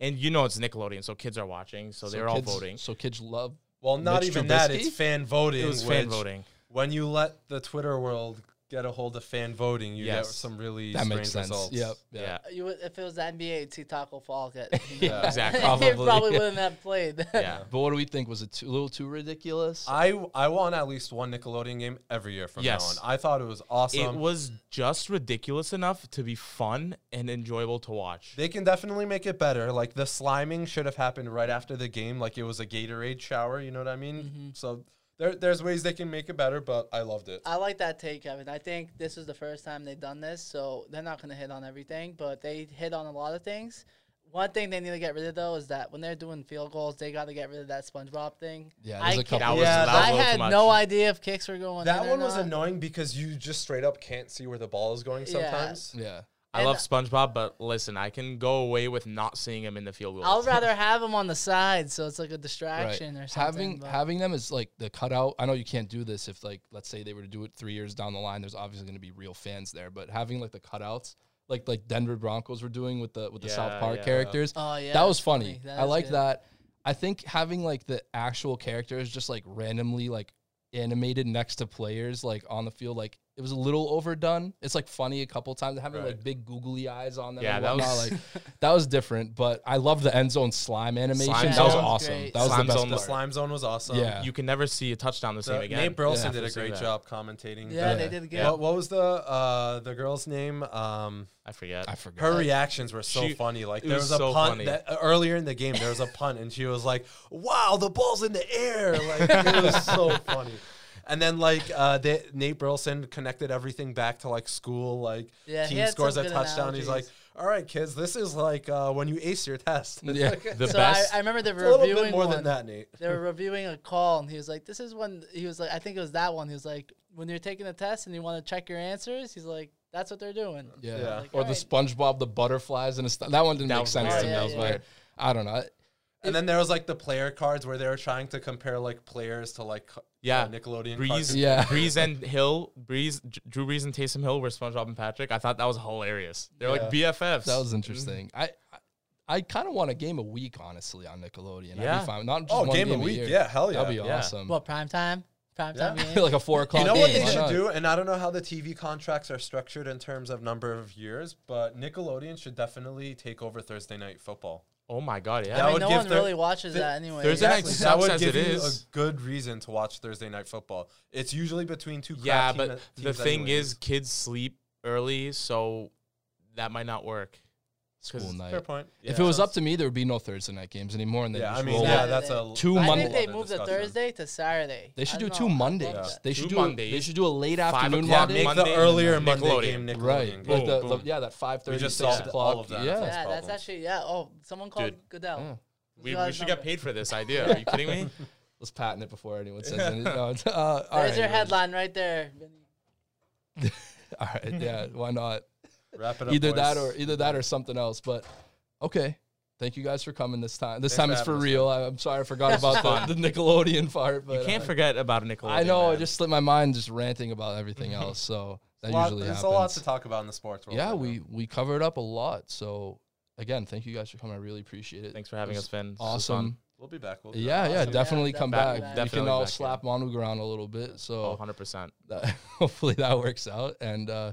and you know it's Nickelodeon, so kids are watching, so, they're
kids-
all voting.
So kids love.
well, not
Mitch
even that.
Trubisky?
It's fan voting.
It was fan
which,
voting.
When you let the Twitter world get a hold of fan voting, you get
Yes.
some really
That
strange
makes sense.
results.
Yep.
Yeah.
Yeah.
You would, if it was the NBA, it'd see Taco Fall get.
Yeah,
exactly.
Probably,
Probably,
probably
yeah.
wouldn't have played.
Yeah.
But what do we think? Was it too, a little too ridiculous?
I I want at least one Nickelodeon game every year from
Yes.
now on. I thought it was awesome.
It was just ridiculous enough to be fun and enjoyable to watch.
They can definitely make it better. Like the sliming should have happened right after the game, like it was a Gatorade shower. You know what I mean?
Mm-hmm.
So there, there's ways they can make it better, but I loved it.
I like that take, Kevin. I think this is the first time they've done this, so they're not going to hit on everything, but they hit on a lot of things. One thing they need to get rid of though is that when they're doing field goals, they got to get rid of that SpongeBob thing.
Yeah,
I
there's a
can't-
couple-
That was-
Yeah, that
I
was
had
too much.
no idea if kicks were going.
that
in or
one was
not.
annoying because you just straight up can't see where the ball is going
Yeah.
sometimes.
yeah.
I
And-
love SpongeBob, but listen, I can go away with not seeing him in the field goals.
I'd rather have him on the side, so it's like a distraction or something.
having
but-
having them is like the cutout. I know you can't do this if like let's say they were to do it three years down the line. There's obviously going to be real fans there, but having like the cutouts, like like Denver Broncos were doing with the with the South
Yeah,
Park
yeah.
characters,
oh yeah,
that
that's
was funny.
That
I
was
like
good.
that. I think having like the actual characters just like randomly like animated next to players like on the field, like it was a little overdone. It's like funny a couple times. Having
Right.
like big googly eyes on them.
Yeah,
and
that was-
whatnot, like that was different. But I love the end zone slime animation.
Slime
that was
zone.
awesome.
Great.
That was
Slime
the best
zone
The
part.
was-
slime zone was awesome.
Yeah.
you can never see a touchdown the same
The,
again.
Nate Burleson
Yeah.
did a
Say
great
that.
job commentating.
Yeah,
but-
they did good.
Yeah.
What, what was the uh, the girl's name? Um,
I forget.
I forgot.
her reactions were so
She-
funny. Like
it
there
was
was a
so
punt
funny.
that uh, earlier in the game. There was a punt, and she was like, "Wow, the ball's in the air!" Like it was so funny. And then like uh, they, Nate Burleson connected everything back to like school. Like
Yeah, he
team
had
scores
some
a
good
touchdown. He's like,
analogies.
"All right, kids, this is like uh, when you ace your test." It's
Yeah.
like- it's
the
so
best.
I, I remember they were
a little
reviewing
bit more
one.
than that, Nate.
They were reviewing a call, and he was like, "This is when he was like, I think it was that one. He was like, when you're taking a test and you want to check your answers, he's like, that's what they're doing.
Yeah.
Yeah.
Like,
or the
alright.
SpongeBob, the butterflies, and st- that one didn't
That
make
was
sense
weird.
to me.
That
I
was
was like,
weird.
I don't know.
And then there was like the player cards where they were trying to compare like players to like co-
Yeah.
uh, Nickelodeon
Breeze,
cartoons.
Yeah.
Breeze and Hill, Breeze, J- Drew Breeze and Taysom Hill were SpongeBob and Patrick. I thought that was hilarious. They're like BFFs.
That was interesting. I I, I kind of want a game a week, honestly, on Nickelodeon. I'd
Yeah.
be fine. Not just
Oh,
one
game,
game
of week,
year.
yeah, hell yeah.
That'd be
Yeah.
awesome.
What prime time? Prime time game.
like a four o'clock.
You know what
game,
they
why
should
not?
do, and I don't know how the TV contracts are structured in terms of number of years, but Nickelodeon should definitely take over Thursday night football.
Oh my god, yeah.
That
I mean,
would
no
give
one
the-
really watches
the-
that anyway.
Thursday night sucks
that would
as
give
it
you
is.
a good reason to watch Thursday night football. It's usually between two. crap
yeah,
team-
but the
teams
thing
anyways.
is, kids sleep early, so that might not work.
School night.
fair point.
If
Yeah.
it was up to me, there would be no Thursday night games anymore, and they
yeah,
just
I mean,
roll
yeah,
it.
that's a
Two
I
Monday-
think they moved the
discussion.
Thursday to Saturday.
They should
I
do
don't
two
know. I
Mondays.
love that.
They should
Two
do.
Mondays.
They should do a late
Five
afternoon
o'clock
Yeah,
Monday.
make
Monday
the
and
earlier
then
Monday
Nickelodeon.
game Nickelodeon.
right,
game.
like the,
Boom, boom.
the- yeah, that five thirty,
We just
six
solved
o'clock.
all of that.
Yeah,
Yeah, that's
problems.
actually yeah. Oh, someone called
Dude.
Goodell.
Yeah.
We,
Goodell's
we should get
number.
paid for this idea. Are you kidding me?
let's patent it before anyone says anything. No, it's- uh, all
There's
right,
your
anyways.
headline right there. Vinny.
All right, yeah, why not?
Wrap it up,
either that
boys.
or either that or something else. But okay, thank you guys for coming this time. This
Thanks
time
for
it's for
having us,
real. I, I'm sorry I forgot about the, the Nickelodeon part. But
you can't
uh,
forget about Nickelodeon.
I know it
man.
just slipped my mind just ranting about everything else. So that
Lot-
usually
there's
happens.
a lot to talk about in the sports world.
yeah,
right
we we covered up a lot. So again, thank you guys for coming. I really appreciate it.
Thanks for having
It was
us, Finn. This was fun.
Awesome.
now. we'll be back. We'll be
Yeah,
back.
yeah,
Awesome.
definitely
Yeah,
come back.
definitely
We
back.
can
Definitely
all
back, yeah.
slap Manu around a little bit.
Oh,
So
100%.
that, hopefully that works out. And uh,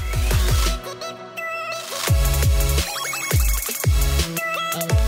Oh.